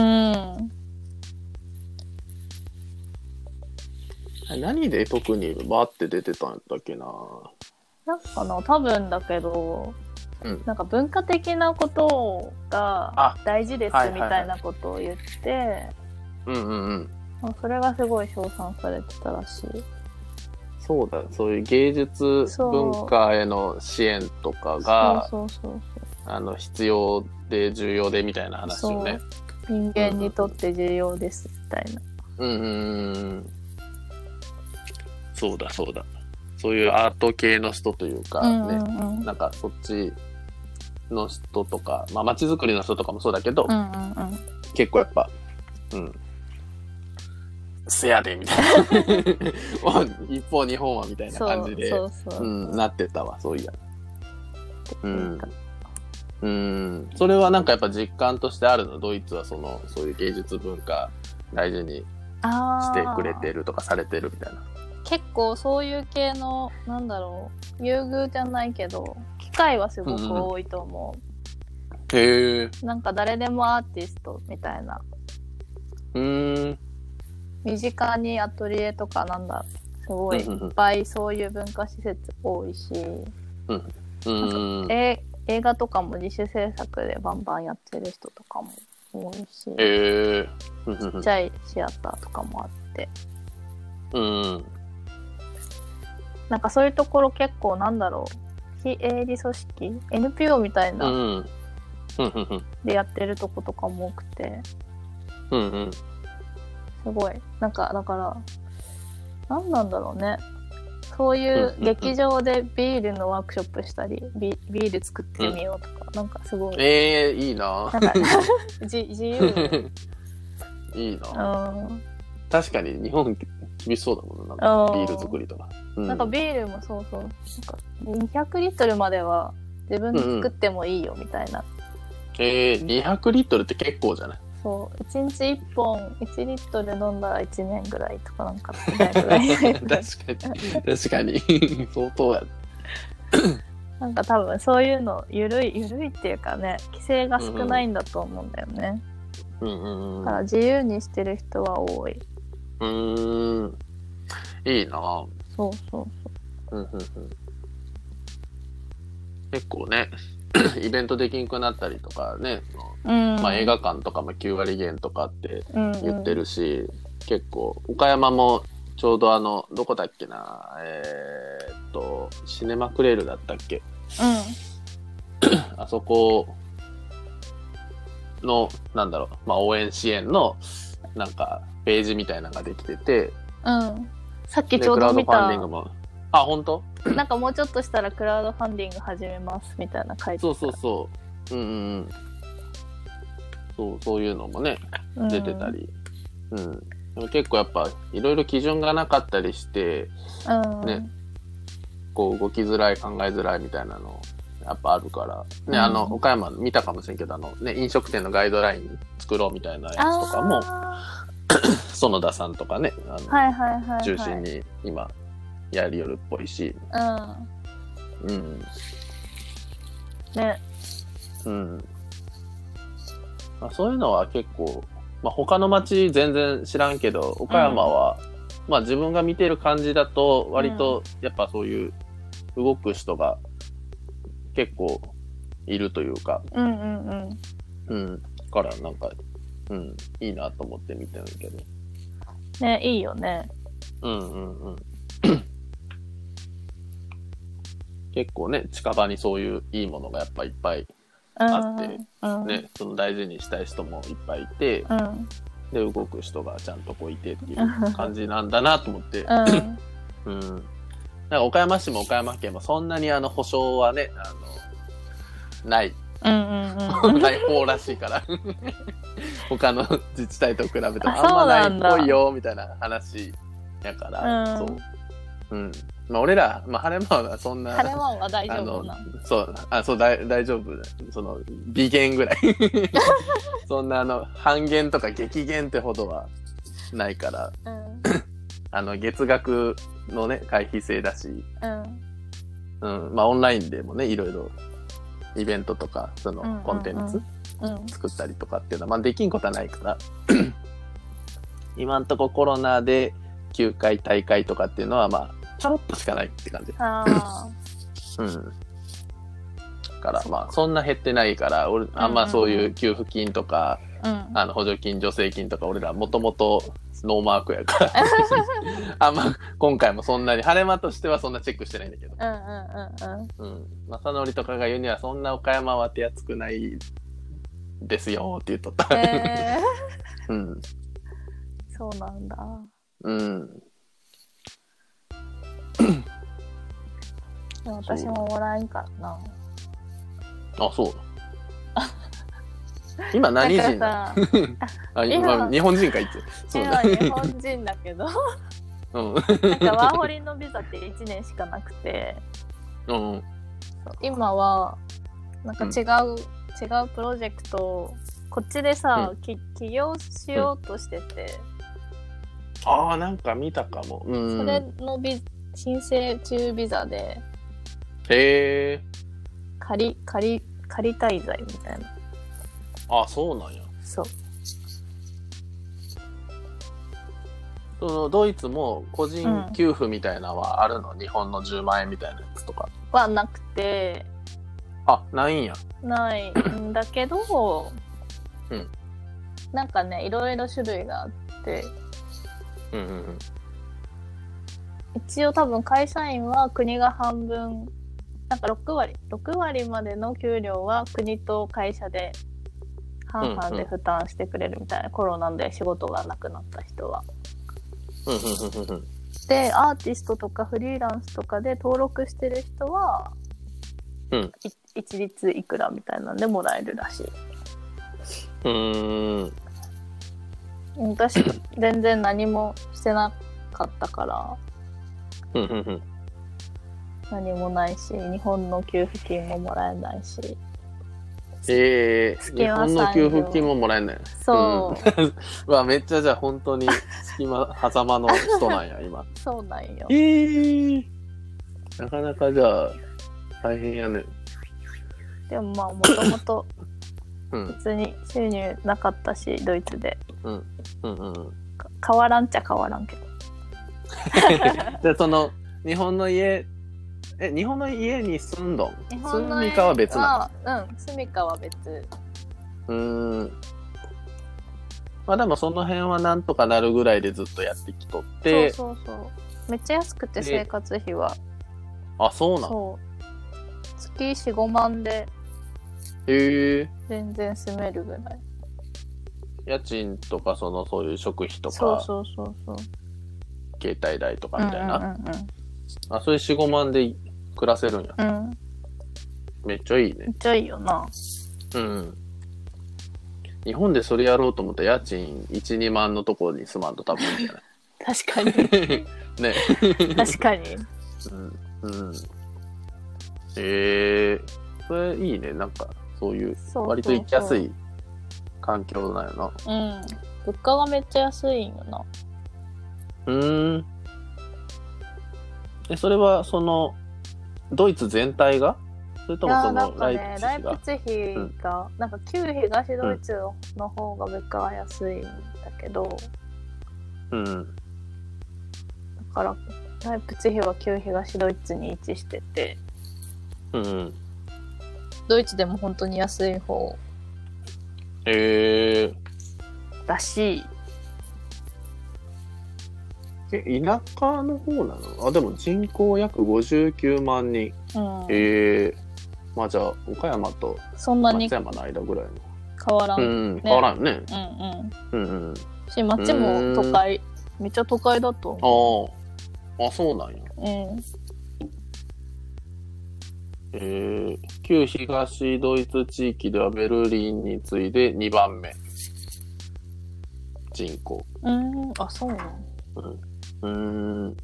A: い。
B: うん
A: 何で特にバーって出てたんだっけな
B: なんかな多分だけど、
A: うん
B: なんか文化的なことが
A: あ
B: 大事です
A: はいはい
B: み
A: はい
B: たいなことを言って、
A: うんうんうん。
B: もうそれがすごい称賛されてたらしい。
A: そうだよそういう芸術
B: そう
A: 文化への支援とかが
B: そうそうそう
A: あの必要で重要でみたいな話
B: そう、
A: よね。
B: そう人間にとって重要ですみたいな、
A: うんうんうんうんそうだそうだそういうアート系の人というかね、
B: うんうんうん
A: なんかそっちの人とかまあ街づくりの人とかもそうだけど、
B: うんうんうん
A: 結構やっぱうんせやでみた いなお一方日本はみたいな
B: そう
A: 感じで
B: そうそう、
A: うん、なってたわそういやう
B: なん
A: ん
B: か、
A: うん、それはなんかやっぱ実感としてあるのドイツはそのそういう芸術文化大事に
B: あ
A: して
B: ー
A: くれてるとかされてるみたいな
B: 結構そういう系のなんだろう優遇じゃないけど機会はすごく多いと思う、
A: へえ
B: なんか誰でもアーティストみたいな
A: うーん
B: 身近にアトリエとかなんだすごいいっ
A: うんうん
B: ぱいそういう文化施設多いし、
A: うん
B: え映画とかも自主制作でバンバンやってる人とかも多いし、
A: へえ
B: ちっちゃいシアターとかもあって
A: うん
B: なんかそういうところ結構なんだろう非営利組織 NPO みたい
A: うんう
B: なん
A: うんうん
B: でやってるとことかも多くて、
A: うんうん
B: すごい。なんか、だから、何なんだろうね。そういう劇場でビールのワークショップしたり、ビビール作ってみようとか、なんかすごい。
A: ええいい な
B: なんか、じ 自由。うん。
A: いいな
B: うん
A: 確かに日本厳しそうだもんななんかビール作りとかうん
B: なんかビールもそうそう。なんか200リットルまでは自分で作ってもいいよみたいな。
A: ええ200リットルって結構じ ゃない
B: そう。1日1本、1リットル飲んだら1年ぐらいとかなんか、みたいなぐらい
A: 確かに確かに相当や
B: なんか多分そういうの、ゆるい、ゆるいっていうかね、規制が少ないんだと思うんだよね。
A: うんうんうん
B: だから自由にしてる人は多い。
A: うーんいいな
B: そうそう
A: うんうんうん結構ね イベントできんくなったりとかね、
B: そう。うん。
A: まあ、映画館とかも9割減とかって言って
B: る。
A: るし、結構岡山もちょうどあのどこだっけなえーっとシネマクレールだったっけ
B: うん。
A: あそこの、なんだろう、まあ、応援支援の、なんか、ページみたいなのができてて、
B: うん。うんさっき
A: で、
B: ちょう
A: クラ
B: ど
A: ウド
B: 見
A: ファン
B: た
A: ディン、グも、あ、本当
B: なんかもうちょっとしたらクラウドファンディング始めますみたいな書いてた
A: そうそうそう。うんうんうん。そう、そういうのもね、
B: うん
A: 出てた。り。うん。でも結構やっぱ、いろいろ基準がなかったりして、
B: うん。
A: ねこう、動きづらい、考えづらいみたいなの、やっぱあるから。ね、
B: うん
A: あの、岡山見たかもしれんけど、あの、ね、飲食店のガイドライン作ろうみたいなやつとかも、
B: あ
A: 園田さんとかね、あの
B: ーはいはいはい、はい。
A: 中心。に今やりよるっぽいし、う
B: う
A: ん、
B: ん。ね。
A: うんまあ、そういうのは結構、まあ、他の町全然知らんけど岡山は、まあ、自分が見てる感じだと割とやっぱそういう動く人が結構いるというか、
B: うんうんうん。
A: うん、だからなんか、うん、いいなと思って見てるけど。
B: ね、いいよね。
A: うんうんうん 結構ね近場にそういういいものがやっぱいっぱい
B: うん。
A: あって
B: うん。
A: ね、その大事にしたい人もいっぱいいて
B: う、ん。
A: で動く人がちゃんとこういてっていう感じなんだなと思って、
B: う
A: う
B: ん。
A: ん、なんか岡山市も岡山県もそんなにあの保証はねあのない
B: うんうんうん。
A: ない方らしい から他の自治体と比べても
B: あそ
A: あ
B: う
A: ま
B: んなん
A: な
B: だ
A: いっぽいよみたいな話やから、
B: うん
A: そう、うん、まあ俺ら、まあ、晴れ間はそんな
B: 晴れマンは大
A: あ
B: 丈夫
A: の
B: な。
A: そうあそうだい大丈夫その微減ぐら いそんなあの半減とか激減ってほどはないから
B: うん。
A: あの月額のね会費制だし、
B: うん。
A: うんまあ、オンラインでもねいろいろイベントとかそ
B: うんうんう
A: の
B: ん
A: コンテンツ
B: うん。
A: 作ったりとかっていうのは、まあ、できんことはない から今んとこコロナで休会大会とかっていうのはまあちょろっとしかないって感じ
B: ああ。
A: うん。から、まあ、そんな減ってないから、俺、あんまそういう給付金とか、
B: うん。
A: あの、補助金、助成金とか、俺らもともとノーマークや から。あんま、今回もそんなに、晴れ間としてはそんなチェックしてないんだけど。
B: うんうんうんうん。
A: うん。正則とかが言うには、そんな岡山は手厚くないですよって言っとった。
B: へえ
A: うん。
B: そうなんだ。
A: うん。
B: でも私もおらんからな。
A: あ、そうだ。今何人だ
B: だからさ
A: あ、
B: 今
A: 今、日本人かいって。 そう
B: 今
A: だ。
B: 日本人だけど、
A: うん。
B: なんかワーホリのビザって1年しかなくて、
A: うん。
B: 今は、なんか違う、違うプロジェクトを、こっちでさ、き起業しようとしてて、
A: ああ、なんか見たかも。う
B: そ
A: ん。
B: れ
A: へ
B: のビ申請中ビザで、
A: え。
B: 仮、仮、仮滞在みたいな。
A: あ、そうなんや。
B: そう。
A: そのドイツも個人給付みたいなのはあるの、日本の10万円みたいなやつとか。
B: はなくて、
A: あ、ないんや。
B: ないんだけど、
A: うん
B: なんかねいろいろ種類があって
A: うんうんうん。
B: 一応多分会社員は国が半分なんか6割6割までの給料は国と会社で半々
A: うんう
B: で
A: ん
B: 負担してくれるみたいな、コロナで仕事がなくなった人は。
A: うんうんうんうんうん。
B: でアーティストとかフリーランスとかで登録してる人は、
A: うん
B: い一律いくらみたいなんでもらえるらしい。
A: うーん。
B: 私全然何もしてなかったから
A: うんうんうん。
B: 何もないし日本の給付金ももらえないし
A: ええ
B: 隙
A: 日
B: 間産
A: 本
B: 業
A: の給付金ももらえない。
B: そう、
A: うわ、めっちゃじゃあ本当に隙間、狭間の人なんや、今。
B: そうなんよ
A: ええなかなかじゃあ、大変やね。
B: でもまあもともと
A: うん、
B: 普通に収入なかったしドイツで
A: うん、うんうん。
B: か変わらんっちゃ変わらんけど
A: でその日本の家え日本の家に住んどん
B: 日本の
A: 住みかは別な
B: のうん住みかは別
A: うーんまあでもその辺はなんとかなるぐらいでずっとやってきとって
B: そうそうそうめっちゃ安くて
A: で
B: 生活費は
A: あそうなん
B: そう月45万で
A: へえ
B: 全然住めるぐらい
A: 家賃とかそのそういう食費とか
B: そうそうそうそう
A: 携帯代とかみたいな、
B: うんうんうんうん
A: あそういう45万で暮らせるんや
B: うん、
A: めっちゃいいね
B: めっちゃいいよな。
A: うん日本でそれやろうと思ったら家賃12万のところに住まんと多分無理じゃない
B: 確かに。
A: ね
B: 確かに。
A: うんうんええそれいいねなんかそういう
B: そうそうそう
A: 割と行きやすい環境なんやな
B: うん。物価がめっちゃ安いんよな。
A: うーんえそれはそのドイツ全体がそれと
B: い
A: も
B: や
A: そ
B: ーなん
A: の
B: か
A: ライ
B: ね、
A: プツィ
B: ライ
A: ヒ
B: プ
A: が
B: ツィヒが、なんか旧東ドイツの方が物価が安いんだけど、
A: うん
B: だから、ライプツィヒは旧東ドイツに位置してて、
A: うん
B: ドイツでも本当に安い方
A: ええ
B: らしい。
A: え田舎の方なのあでも人口約59万人
B: うん。
A: ええまあじゃあ岡山と
B: そんなに
A: 松
B: 変
A: 山の間ぐらいの
B: わらん。
A: う
B: うんうん
A: ん変わらんよね
B: うん。
A: うんうん
B: し、街も都会、めっちゃ都会だと思
A: ああ、あ、そうなんや。
B: う。うん。
A: えー、旧東ドイツ地域ではベルリンに次いで2番目。人口。
B: うん、あ、そうな
A: う
B: の
A: ーん。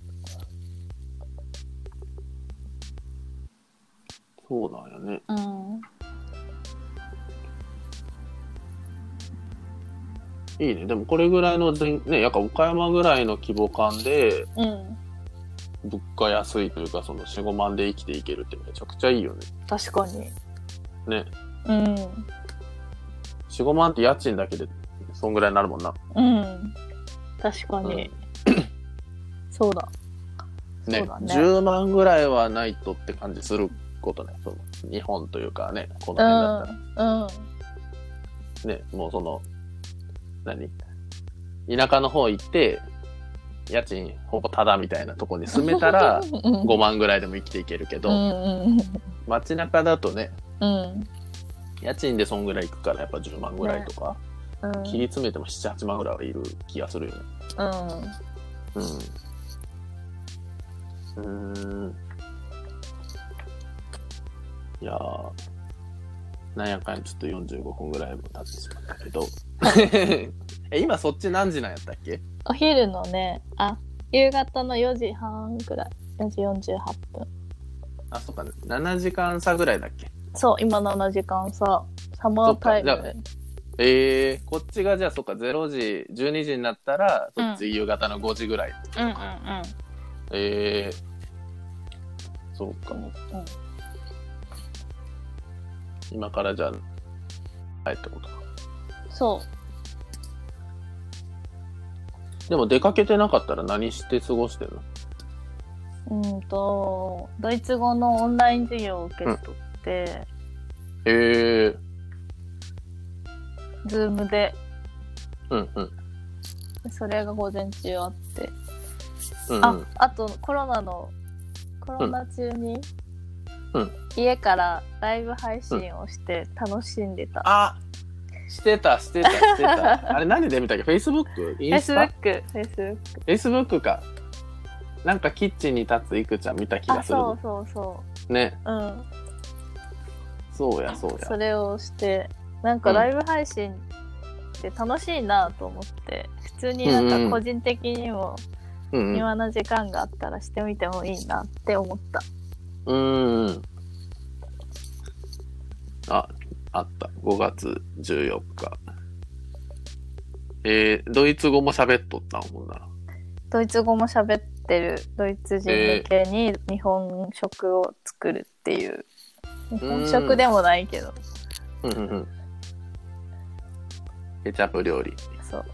A: そうなんやね。
B: うん。
A: いいね。でもこれぐらいの全、ね、やっぱ岡山ぐらいの規模感で、
B: うん。
A: 物価安いというか、その4、5万で生きていけるってめちゃくちゃいいよね。
B: 確かに。
A: ね。
B: うん。
A: 4、5万って家賃だけで、そんぐらいになるもんな。
B: うん。確かに。そうだ。
A: ね
B: そうだね
A: 10万ぐらいはないとって感じすることねその日本というかねこの辺だった
B: うん。うん。
A: らね、もうその何田舎の方行って、家賃ほぼタダみたいなとこに住めた ら、
B: うん
A: 5万ぐらいでも生きていけるけど、
B: うん
A: 街中だとね、
B: うん
A: 家賃でそんぐらいいくから、やっぱ10万ぐらいとか、
B: うん
A: 切り詰めても7、8万ぐらいはいる気がするよね。
B: うん
A: うん。うーん。いやー、なんやかんやちょっと45分ぐらいも経ってしまったけ ど。え、今そっち何時なんやったっけ
B: お昼のねあ夕方の4時半ぐらい4時48分
A: あ、そっか、7時間差ぐらいだっけ
B: そう今7時間さサマータイ
A: そっかじ
B: ム
A: えー、こっちがじゃあそっか、0時、12時になったら、そっち夕方の5時ぐらい。
B: うんうん
A: えー、そうか、
B: うんうん
A: 今からじゃあ、はいってことか。
B: そ
A: でも出かけてなかったら何して過ごしてるの
B: ううんとドイツ語のオンライン授業を受け取って、
A: えー、
B: ズームで
A: うんうん。
B: それが午前中あって
A: うん
B: あ、あとコロナの、コロナ中に、
A: うん
B: 家からライブ配信をして楽しんでた。
A: あしてた、してた、して た。あれ何で見たっけ ?Facebook? インスタ
B: Facebook、Facebook。
A: ?Facebook か。なんかキッチンに立ついくちゃん見た気
B: あ、
A: がする。
B: そうそうそ
A: ね。
B: う。うん。
A: そうや、そう
B: そ
A: や。
B: れをして、なんか
A: うん
B: ライブ配信って楽しいなと思って、普通になん
A: うんうん
B: か個人的にも
A: うんうん。
B: 今の時間があったらしてみてもいいなって思った。
A: うんうん。あ、あった。5月14日。えー、ドイツ語も喋っとったもんなら。
B: ドイツ語も喋ってるドイツ人向けに日本食を作るっていう。日本食でもないけど。
A: うんうんうん。ケチャップ料理。
B: そう。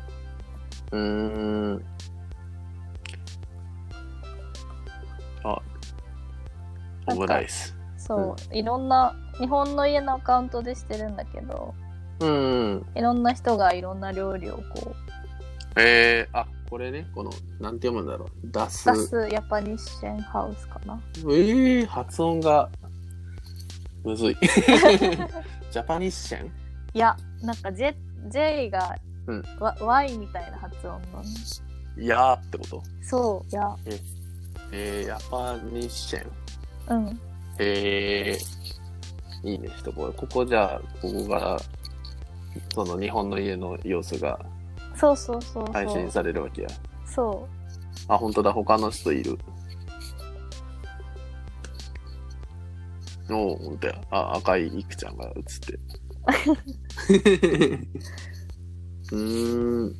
A: うーん。あ、オムライス。
B: そう、いろんな日本の家のアカウントでしてるんだけど
A: うんうん。
B: いろんな人がいろんな料理をこう
A: えー、あ、これね、この、なんて読むんだろう。出す。
B: 出すやっぱニッシェンハウスかな
A: えー、発音が、む ずい。ジャパニッシェン
B: いやなんかジェ J が、
A: うん
B: わ Y みたいな発音なの
A: いやーってこと
B: そういや
A: えー、ジャパニッシェン。
B: うん
A: えー、いいね、一声。ここじゃあ、ここが、その日本の家の様子が
B: そうそうそうそ
A: 配信
B: う
A: されるわけや。
B: そ
A: あ、本当だ、他の人いる。おお、ほんとや。あ、赤いいくちゃんが映って。 うーん。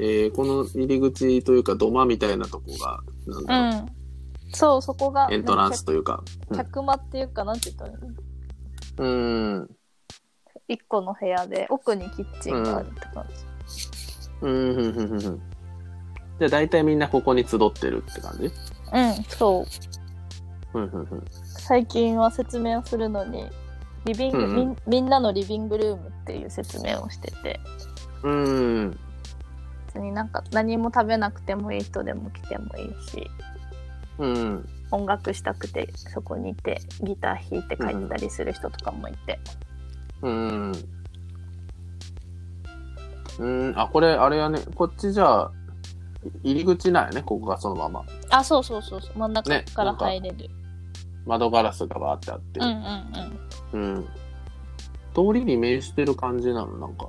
A: えー、この入り口というか、土間みたいなとこが、なん
B: うう
A: だろう、
B: んそうそこが
A: エントランスというか。
B: 客客間っていうかなんて言ったらいいの
A: うーん。
B: 一個の部屋で奥にキッチンがあるって感じ、
A: うん、ふんふんふんふん。じゃあ、大体みんなここに集ってるって感じ
B: うん、そう
A: うん、ふんふん。
B: 最近は説明をするのにリビング、
A: うんうん
B: みんみんなのリビングルームっていう説明をしてて
A: うーん。
B: 別になんか何も食べなくてもいい人でも来てもいいし
A: うん。
B: 音楽したくてそこにいてギター弾いて帰ったりする人とかもいて、
A: うん。うん、あ、これ、あれやね、こっちじゃあ、い入り口なんやね、ここがそのまま。
B: あそうそうそうそう真ん中
A: ね
B: から入れる、
A: 窓ガラスがバーってあっ
B: うんうん
A: て。
B: うん
A: うん。通りに面してる感じなの、なんか。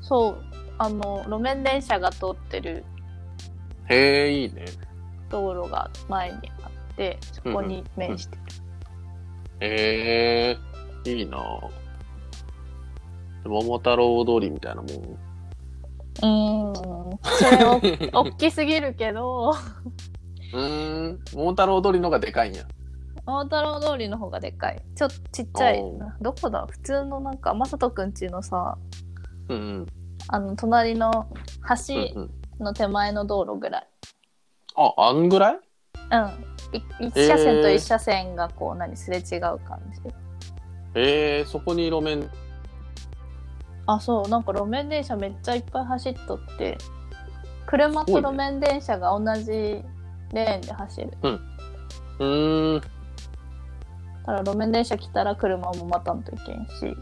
B: そうあの路面電車が通ってる
A: へえ、いいね。
B: 道路が前にあってそこに面してる、
A: へえ、いいな桃太郎通りみたいなもん。
B: うんそれ お大きすぎるけど
A: うーん、桃太郎通りのがでかいんや。
B: 桃太郎通りの方がでかいちょっとちっちゃい
A: おう
B: どこだ普通のなんか雅人くんちのさ
A: うん。
B: あの隣
A: う
B: の
A: んう
B: 橋
A: ん。
B: の手前の道路ぐらい
A: あ、あんぐらい
B: うんい一車線と一車線がこう何すれ違う感じ、
A: ええ、そこに路面。
B: あそうなんか路面電車めっちゃいっぱい走っとって車と
A: すごいね
B: 路面電車が同じレーンで走る、
A: うーん。
B: だから路面電車来たら車も待たんといけんし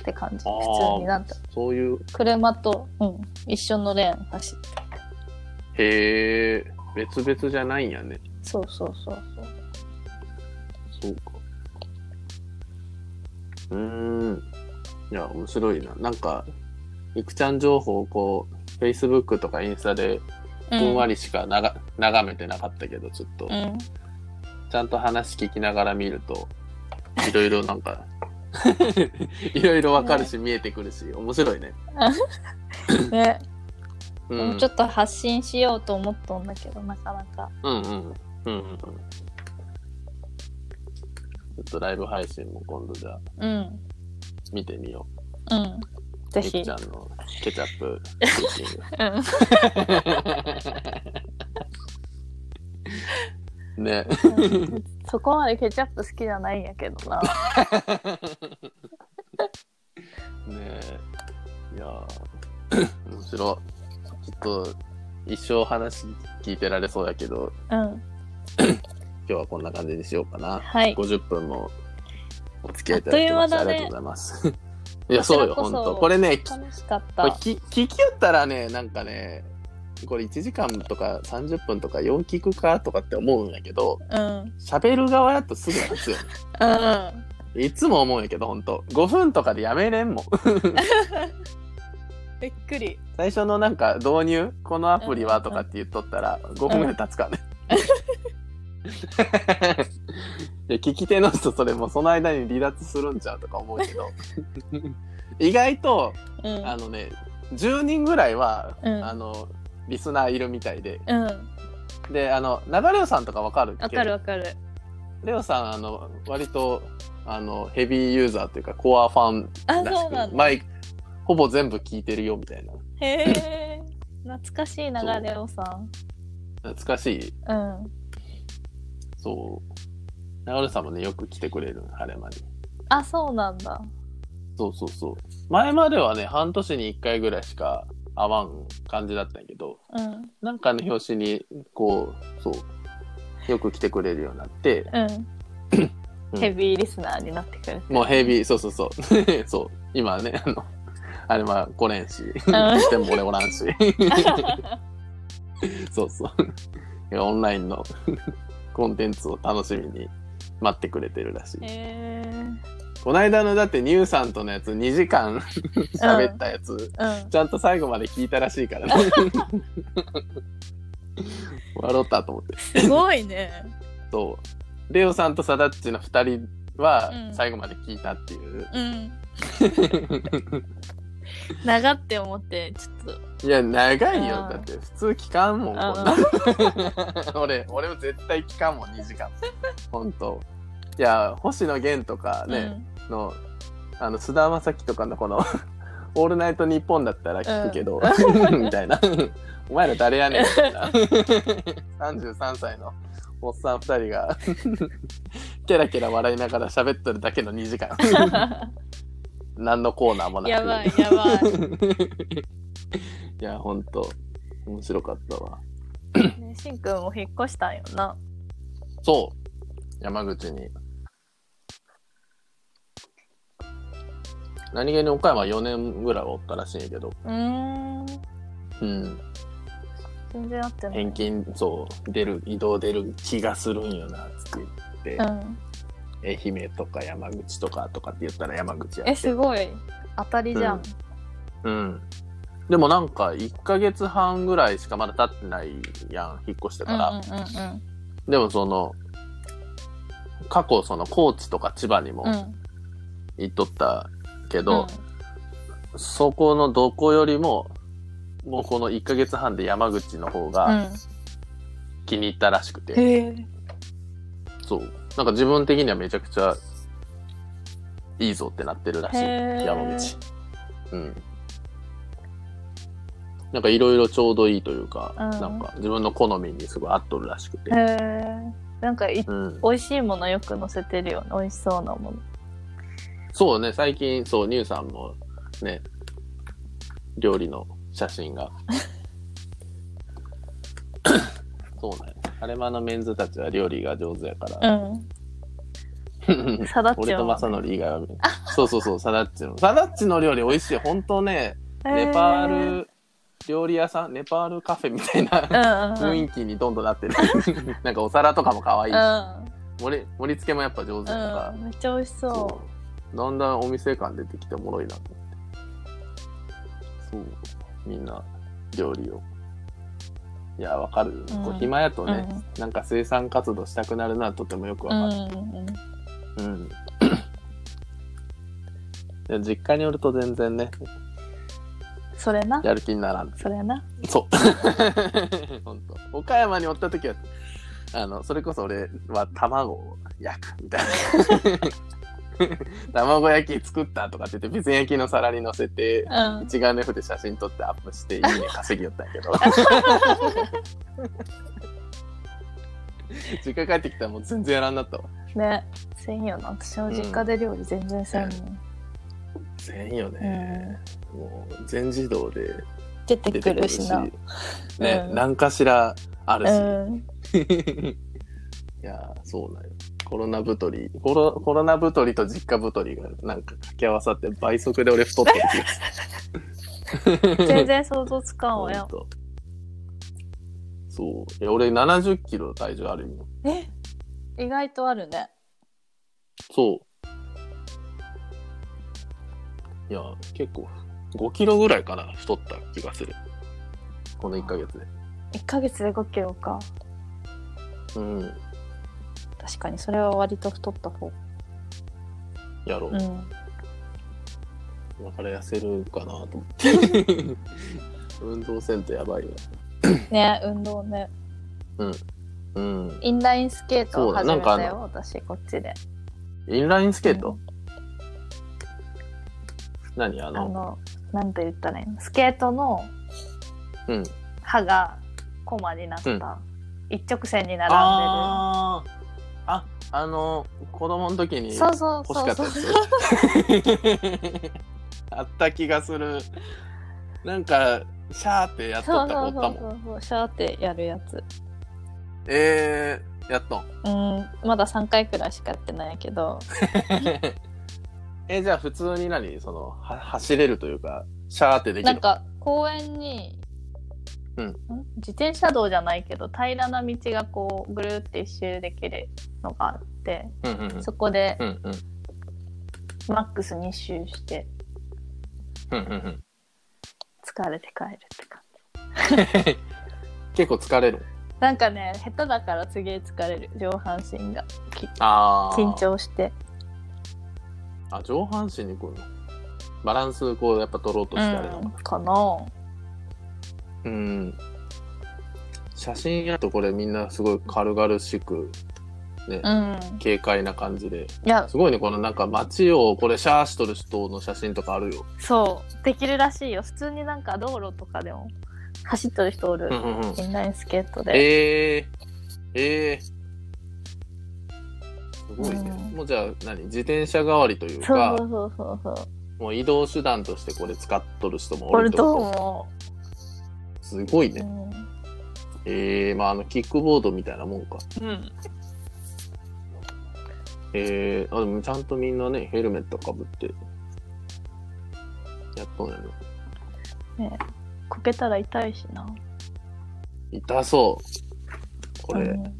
B: って感じ
A: あー
B: 普通になんか
A: そういう、
B: 車と、うん、一緒のレーン走って
A: へえ、別々じゃないんやね。
B: そうそうそう
A: そ
B: そう
A: うか。うーん。いや、面白いな。なんか、いくちゃん情報をこう、Facebook とかインスタでふんわりしかなが、眺めてなかったけど、ちょっと、
B: うん、うん
A: ちゃんと話聞きながら見ると、いろいろなんか、 いろいろわかるし、見えてくるし、面白いね。
B: ね、
A: う
B: もうんちょ。っと発信しようと思っとんだけどなかなか
A: うんうん。うんうんうん。ちょっとライブ配信も今度じゃあ
B: うん
A: 見てみよ
B: うん
A: う。
B: ぜ
A: み
B: ひ
A: っちゃんのケチャップクッキング。
B: う
A: ね。
B: んそこまでケチャップ好きじゃないんやけどな
A: ねえ。いやー面白い。ちょっと、一生話聞いてられそうやけど、
B: うん
A: 今日はこんな感じにしようかな。
B: はい
A: 50分もお付き合いいただきまして
B: あ
A: あ
B: っ
A: り
B: という間だね
A: がとうございます。いや、そうよ、
B: こちらこ
A: ほん
B: そ
A: と。これね、きこ
B: 楽しかっ
A: れ
B: た
A: き聞きよったらね、なんかね、これ1時間とか30分とかよう聞くかとかって思うんやけど、
B: うん
A: 喋る側やとすぐなんですよ。
B: うん
A: いつも思うんやけど、ほんと。5分とかでやめれんもん。
B: びっくり
A: 最初のなんか導入このアプリはとかって言っとったら5分ぐらい経つから ね。 いや聞き手の人それもその間に離脱するんちゃうとか思うけど意外と
B: うん
A: あのね10人ぐらいは、
B: うん
A: あのリスナーいるみたいで
B: うん
A: であの長レオさんとかわかる
B: わ
A: け
B: かる
A: ど
B: わかる
A: レオさんあの割とあのヘビーユーザーというかコアファン
B: あ
A: らし
B: そうな
A: く
B: の
A: 毎ほぼ全部聞いてるよみたいな
B: へえ懐かしい流れをさん
A: 懐かしい
B: うん
A: そう。長野さんもね、よく来てくれる、晴れ間に。
B: あそうなんだ
A: そうそうそう。前まではね、半年に1回ぐらいしか会わん感じだったんやけど、
B: うん
A: なんかの表紙に、こう、そう、よく来てくれるようになって、
B: うんヘビーリスナーになってくる
A: もうヘビー、そうそう そう。そう、今はね、あの、あれは来れんし、しても俺おらんし、そうそう。いやオンラインのコンテンツを楽しみに待ってくれてるらしい。
B: へえ
A: この間のだってニューさんとのやつ2時間喋ったやつ、
B: うん
A: ちゃんと最後まで聞いたらしいから ね。笑ったと思って。
B: すごいね
A: そう。レオさんとサダッチの2人は
B: うん
A: 最後まで聞いたっていう。
B: うん長って思ってちょっ
A: いや、長いよ
B: う。ん
A: だって普通聞かんもん、こんな。 俺、俺も絶対聞かんもん、2時間。ほんと。いや、星野源とか
B: と
A: ね、の、あの、菅田将暉とかのこの、 オールナイトニッポンだったら聞くけど、 みたいな。お前ら誰やねんみたいな。33歳のおっさん2人が、 ケラケラ笑いながら喋ってるだけの2時間。 何のコーナーも
B: う
A: なんく。
B: やばいやばい
A: いや、ほんと、面白かったわ。
B: ねしんくんも引っ越したんよな
A: そう、山口に。何気に岡山4年ぐらいはおったらしいんやけど、
B: うーん
A: うん、
B: 全然合ってない
A: 返金そう出る移動出る気がするんよなつって言
B: う
A: って、
B: ん
A: 愛媛とか山口とかとかって言ったら山口や
B: え
A: って
B: すごい当たりじゃん、
A: うんでもなんか1ヶ月半ぐらいしかまだ経ってないやん引っ越して
B: う
A: か
B: ん、
A: ら、
B: う
A: でもその過去その高知とか千葉に
B: んうんうんう
A: も
B: ん
A: 行っとったけど、そこのどこよりももうこの1ヶ月半で山口の方
B: う
A: が
B: ん
A: 気に入ったらしくて、
B: へえ
A: そう。なんか自分的にはめちゃくちゃいいぞってなってるらしい。
B: へー
A: 山口。うん。なんかいろいろちょうどいいというか、
B: うん
A: なんか自分の好みにすごい合っとるらしくて
B: へ。えなんかい
A: うん。
B: 美味しいものよく載せてるよね美味しそうなもの
A: そうね、最近、そう、ニューさんもね、料理の写真 が。そうね。アレマのメンズたちは料理が上手やから。
B: サダッチ
A: 俺と
B: ョン
A: マサノリ以外はみんな。そうそうそう、サダッチの。サダッチの料理美味しい。本当ね、ネパール料理屋さん、ネパールカフェみたいな
B: うんうんうん
A: 雰囲気にどんどんなってる。 なんかお皿とかも可愛いし、
B: う
A: 盛り盛り付けもやっぱ上手やから
B: ん、うん、めっちゃ美味しそう
A: だんだんお店感出てきておもろいなと思ってそうみんな料理をいやわかる、
B: うん
A: こう暇やと
B: う。
A: ね、なんか生産活動したくなるのはとてもよくわ
B: う
A: か
B: ん
A: る
B: うん
A: うん、 いや実家におると全然ね
B: それな、
A: やる気にならん
B: それな。
A: そう 本当岡山におった時はあのそれこそ俺は卵を焼くみたいな 卵焼き作ったとかって言って別に焼きの皿に乗せて
B: うん。
A: 一眼レフで写真撮ってアップしていいね稼ぎよったんやけど 実家帰ってきたらもう全然やらんなったわ
B: ね、せんよな。私の実家で料理全然せんもん。
A: せんよね、もう全自動で
B: 出て
A: 出
B: く
A: てく
B: る
A: るし
B: しな。
A: ね、
B: うん
A: 何かしらあるし、
B: うん。
A: いやーそうなんよコロナ太りコロコロナ太りと実家太りがなんか掛け合わさって倍速で俺太ってる気がする
B: 全然想像つかん
A: ほ
B: わ
A: ん
B: よ。
A: とそういや俺7 0キロ体重あるよ
B: え意外とあるね。
A: そういや結構5キロぐらいかな太った気がするこの1ヶ月で
B: 1ヶ月で5キロか。
A: うん
B: 確かに、それは割と太った方。
A: やろう、
B: うん。
A: だから痩せるかなと思 って運動せんとやばいよ
B: ね、運動ね。
A: うん
B: インラインスケート
A: そ
B: を
A: うだ
B: 始
A: な
B: め
A: んかあ
B: た
A: の
B: よ、私、こっちで。
A: インラインスケート、何あ
B: あ
A: の
B: の、なんて言ったらいいのスケートの
A: うん
B: 歯がコマになった、
A: うん
B: 一直線に並ん
A: あーああの子供の時
B: で
A: に
B: る。
A: 欲
B: そう
A: し
B: そう
A: か
B: そ
A: っ
B: う
A: た
B: そ
A: や
B: う。
A: つあった気がするなんかシャーってやっと
B: そ
A: っ
B: う
A: た子おっ
B: そうそ
A: た
B: う
A: もん
B: そうそうシャーってやるやつ
A: えー、やっとん
B: うんまだ3回くらいしかやってないけど
A: えじゃあ普通に何そのは走れるというかシャーってでき
B: な
A: る
B: んか公園に、
A: うん
B: ん自転車道じゃないけど平らな道がこうぐるーって一周できるのがあって、
A: うんうんうん
B: そこで
A: うんうん
B: マックス2周して
A: うんうんうん
B: 疲れて帰るって感じ
A: 結構疲れる
B: なんかね下手だからすげえ疲れる上半身がき
A: ああ
B: 緊張して
A: あ上半身にこうバランスこうやっぱ取ろうとしてあれな
B: うん
A: の
B: かな
A: うん、写真やとこれみんなすごい軽々しくね、
B: うん
A: 軽快な感じで
B: いや
A: すごいねこのなんか街をこれシャーしとる人の写真とかあるよ、
B: そうできるらしいよ普通になんか道路とかでも走ってる人おる、
A: うんうんうん、
B: インラインスケートで、
A: えー、えーすごいね、
B: うん
A: もうじゃあ何自転車代わりという
B: そ
A: か
B: うそうそうそうそう
A: もう移動手段としてこれ使っとる人もお
B: 俺
A: るって
B: どう
A: こ
B: 思、
A: とすごいうね、ええー、まああのキックボードみたいなもんか
B: うん、うん、
A: えー、あでもちゃんとみんなね、ヘルメットかぶって、やっとんやな。
B: こけたら痛いしな
A: 痛そう。これ、
B: うん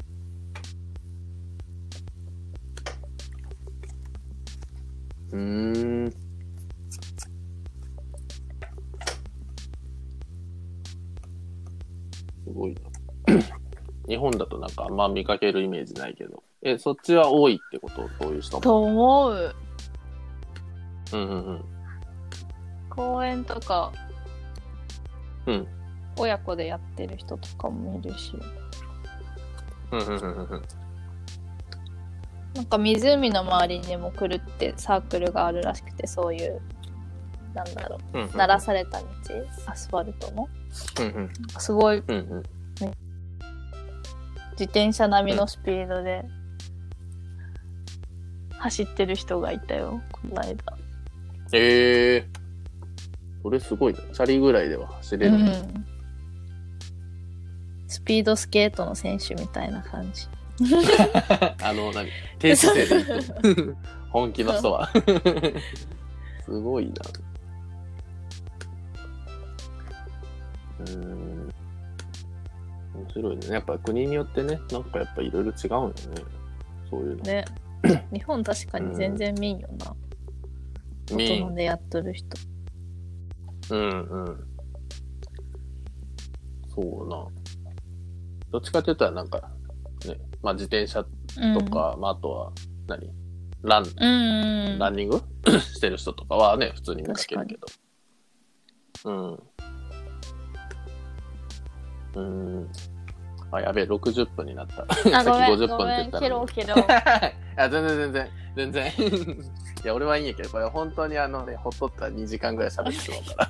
A: うーん。すごいな。 日本だとなんかあんま見かけるイメージないけど。え、そっちは多いってことそういう人も。
B: と思う
A: うんうんうん。
B: 公園とか
A: うん
B: 親子でやってる人とかも見るし
A: うんうんうんうん。
B: なんか湖の周りにも来るってサークルがあるらしくてそういうなんだろう
A: うんうん。
B: 鳴らされた道アスファルトの
A: うんうん。
B: すごい
A: うんうん。
B: 自転車並みのスピードで走ってる人がいたよこの間
A: ええそれすごいな。チャリぐらいでは走れ
B: う
A: る。
B: ん、スピードスケートの選手みたいな感じ
A: あの、何低姿勢で行く。本気の人は。すごいな。うーん。面白いね。やっぱ国によってね、なんかやっぱいろいろ違うんよね。そういうの。
B: ね日本確かに全然見んよな、
A: み
B: 大人でやっとる人
A: うんうん。そうな。どっちかって言ったらなんか、ね、まあ自転車とか、まああとは何、ラン、
B: うん、うんうん
A: ランニング してる人とかはね、普通に見かけるけど。うん。うん。あ、やべえ、60分になった。
B: あごめ
A: 50
B: ん
A: 分
B: ご
A: って
B: め
A: 言っ
B: ん
A: た
B: ケ
A: の
B: ロ
A: に
B: ケロ
A: あ、全然全然、全 然。いや、俺はいいんやけど、これ本当にあのね、ほっとったら2時間ぐらい喋ってしまうか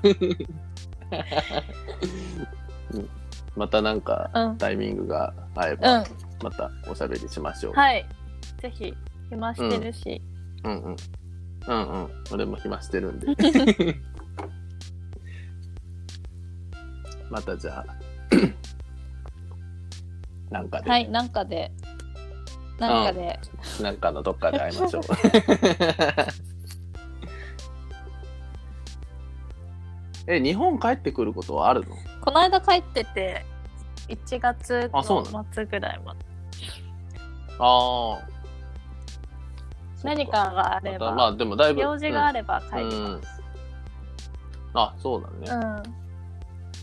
A: ら。 うんまたなんか、
B: うん
A: タイミングが合え
B: う
A: ば
B: ん、
A: またおしゃべりしましょう。
B: はいぜひ暇してるし、
A: うんうん。うんうん。俺も暇してる んで。またじ ゃあ、なんかで、
B: はいなんかでなんかで、
A: なんかのどっかで会いましょう。 え、日本帰ってくることはあるの
B: この間帰ってて1月
A: あそうな
B: の末ぐらいまで
A: ああ。
B: 何かがあ
A: そっ
B: れ
A: かまた
B: ば、
A: まあでもだいぶ。
B: 用事があ
A: る、
B: れば帰ります、
A: あ、そうだね。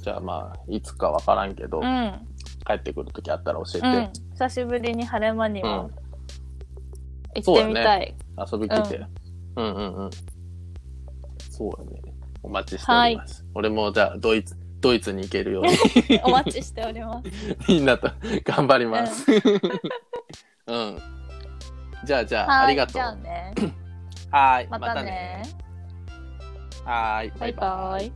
A: じゃあまあ、いつかわからんけど、
B: うんうん
A: 帰ってくるときあったら教えて。
B: うん、久しぶりに晴れ間に
A: う
B: も
A: ん
B: 行ってみたい、
A: 遊び来て。うん、うん、うんうんそうだね。お待ちしております。俺もじゃあ、ドイツ、ドイツに行ける ように、
B: お待ちしてお ります
A: みんなと頑張ります。うん。じゃあ、じゃあ、あ
B: はい
A: りがと
B: じ
A: う。
B: ゃあね
A: はーい。
B: またね。
A: はーい。
B: バイバイ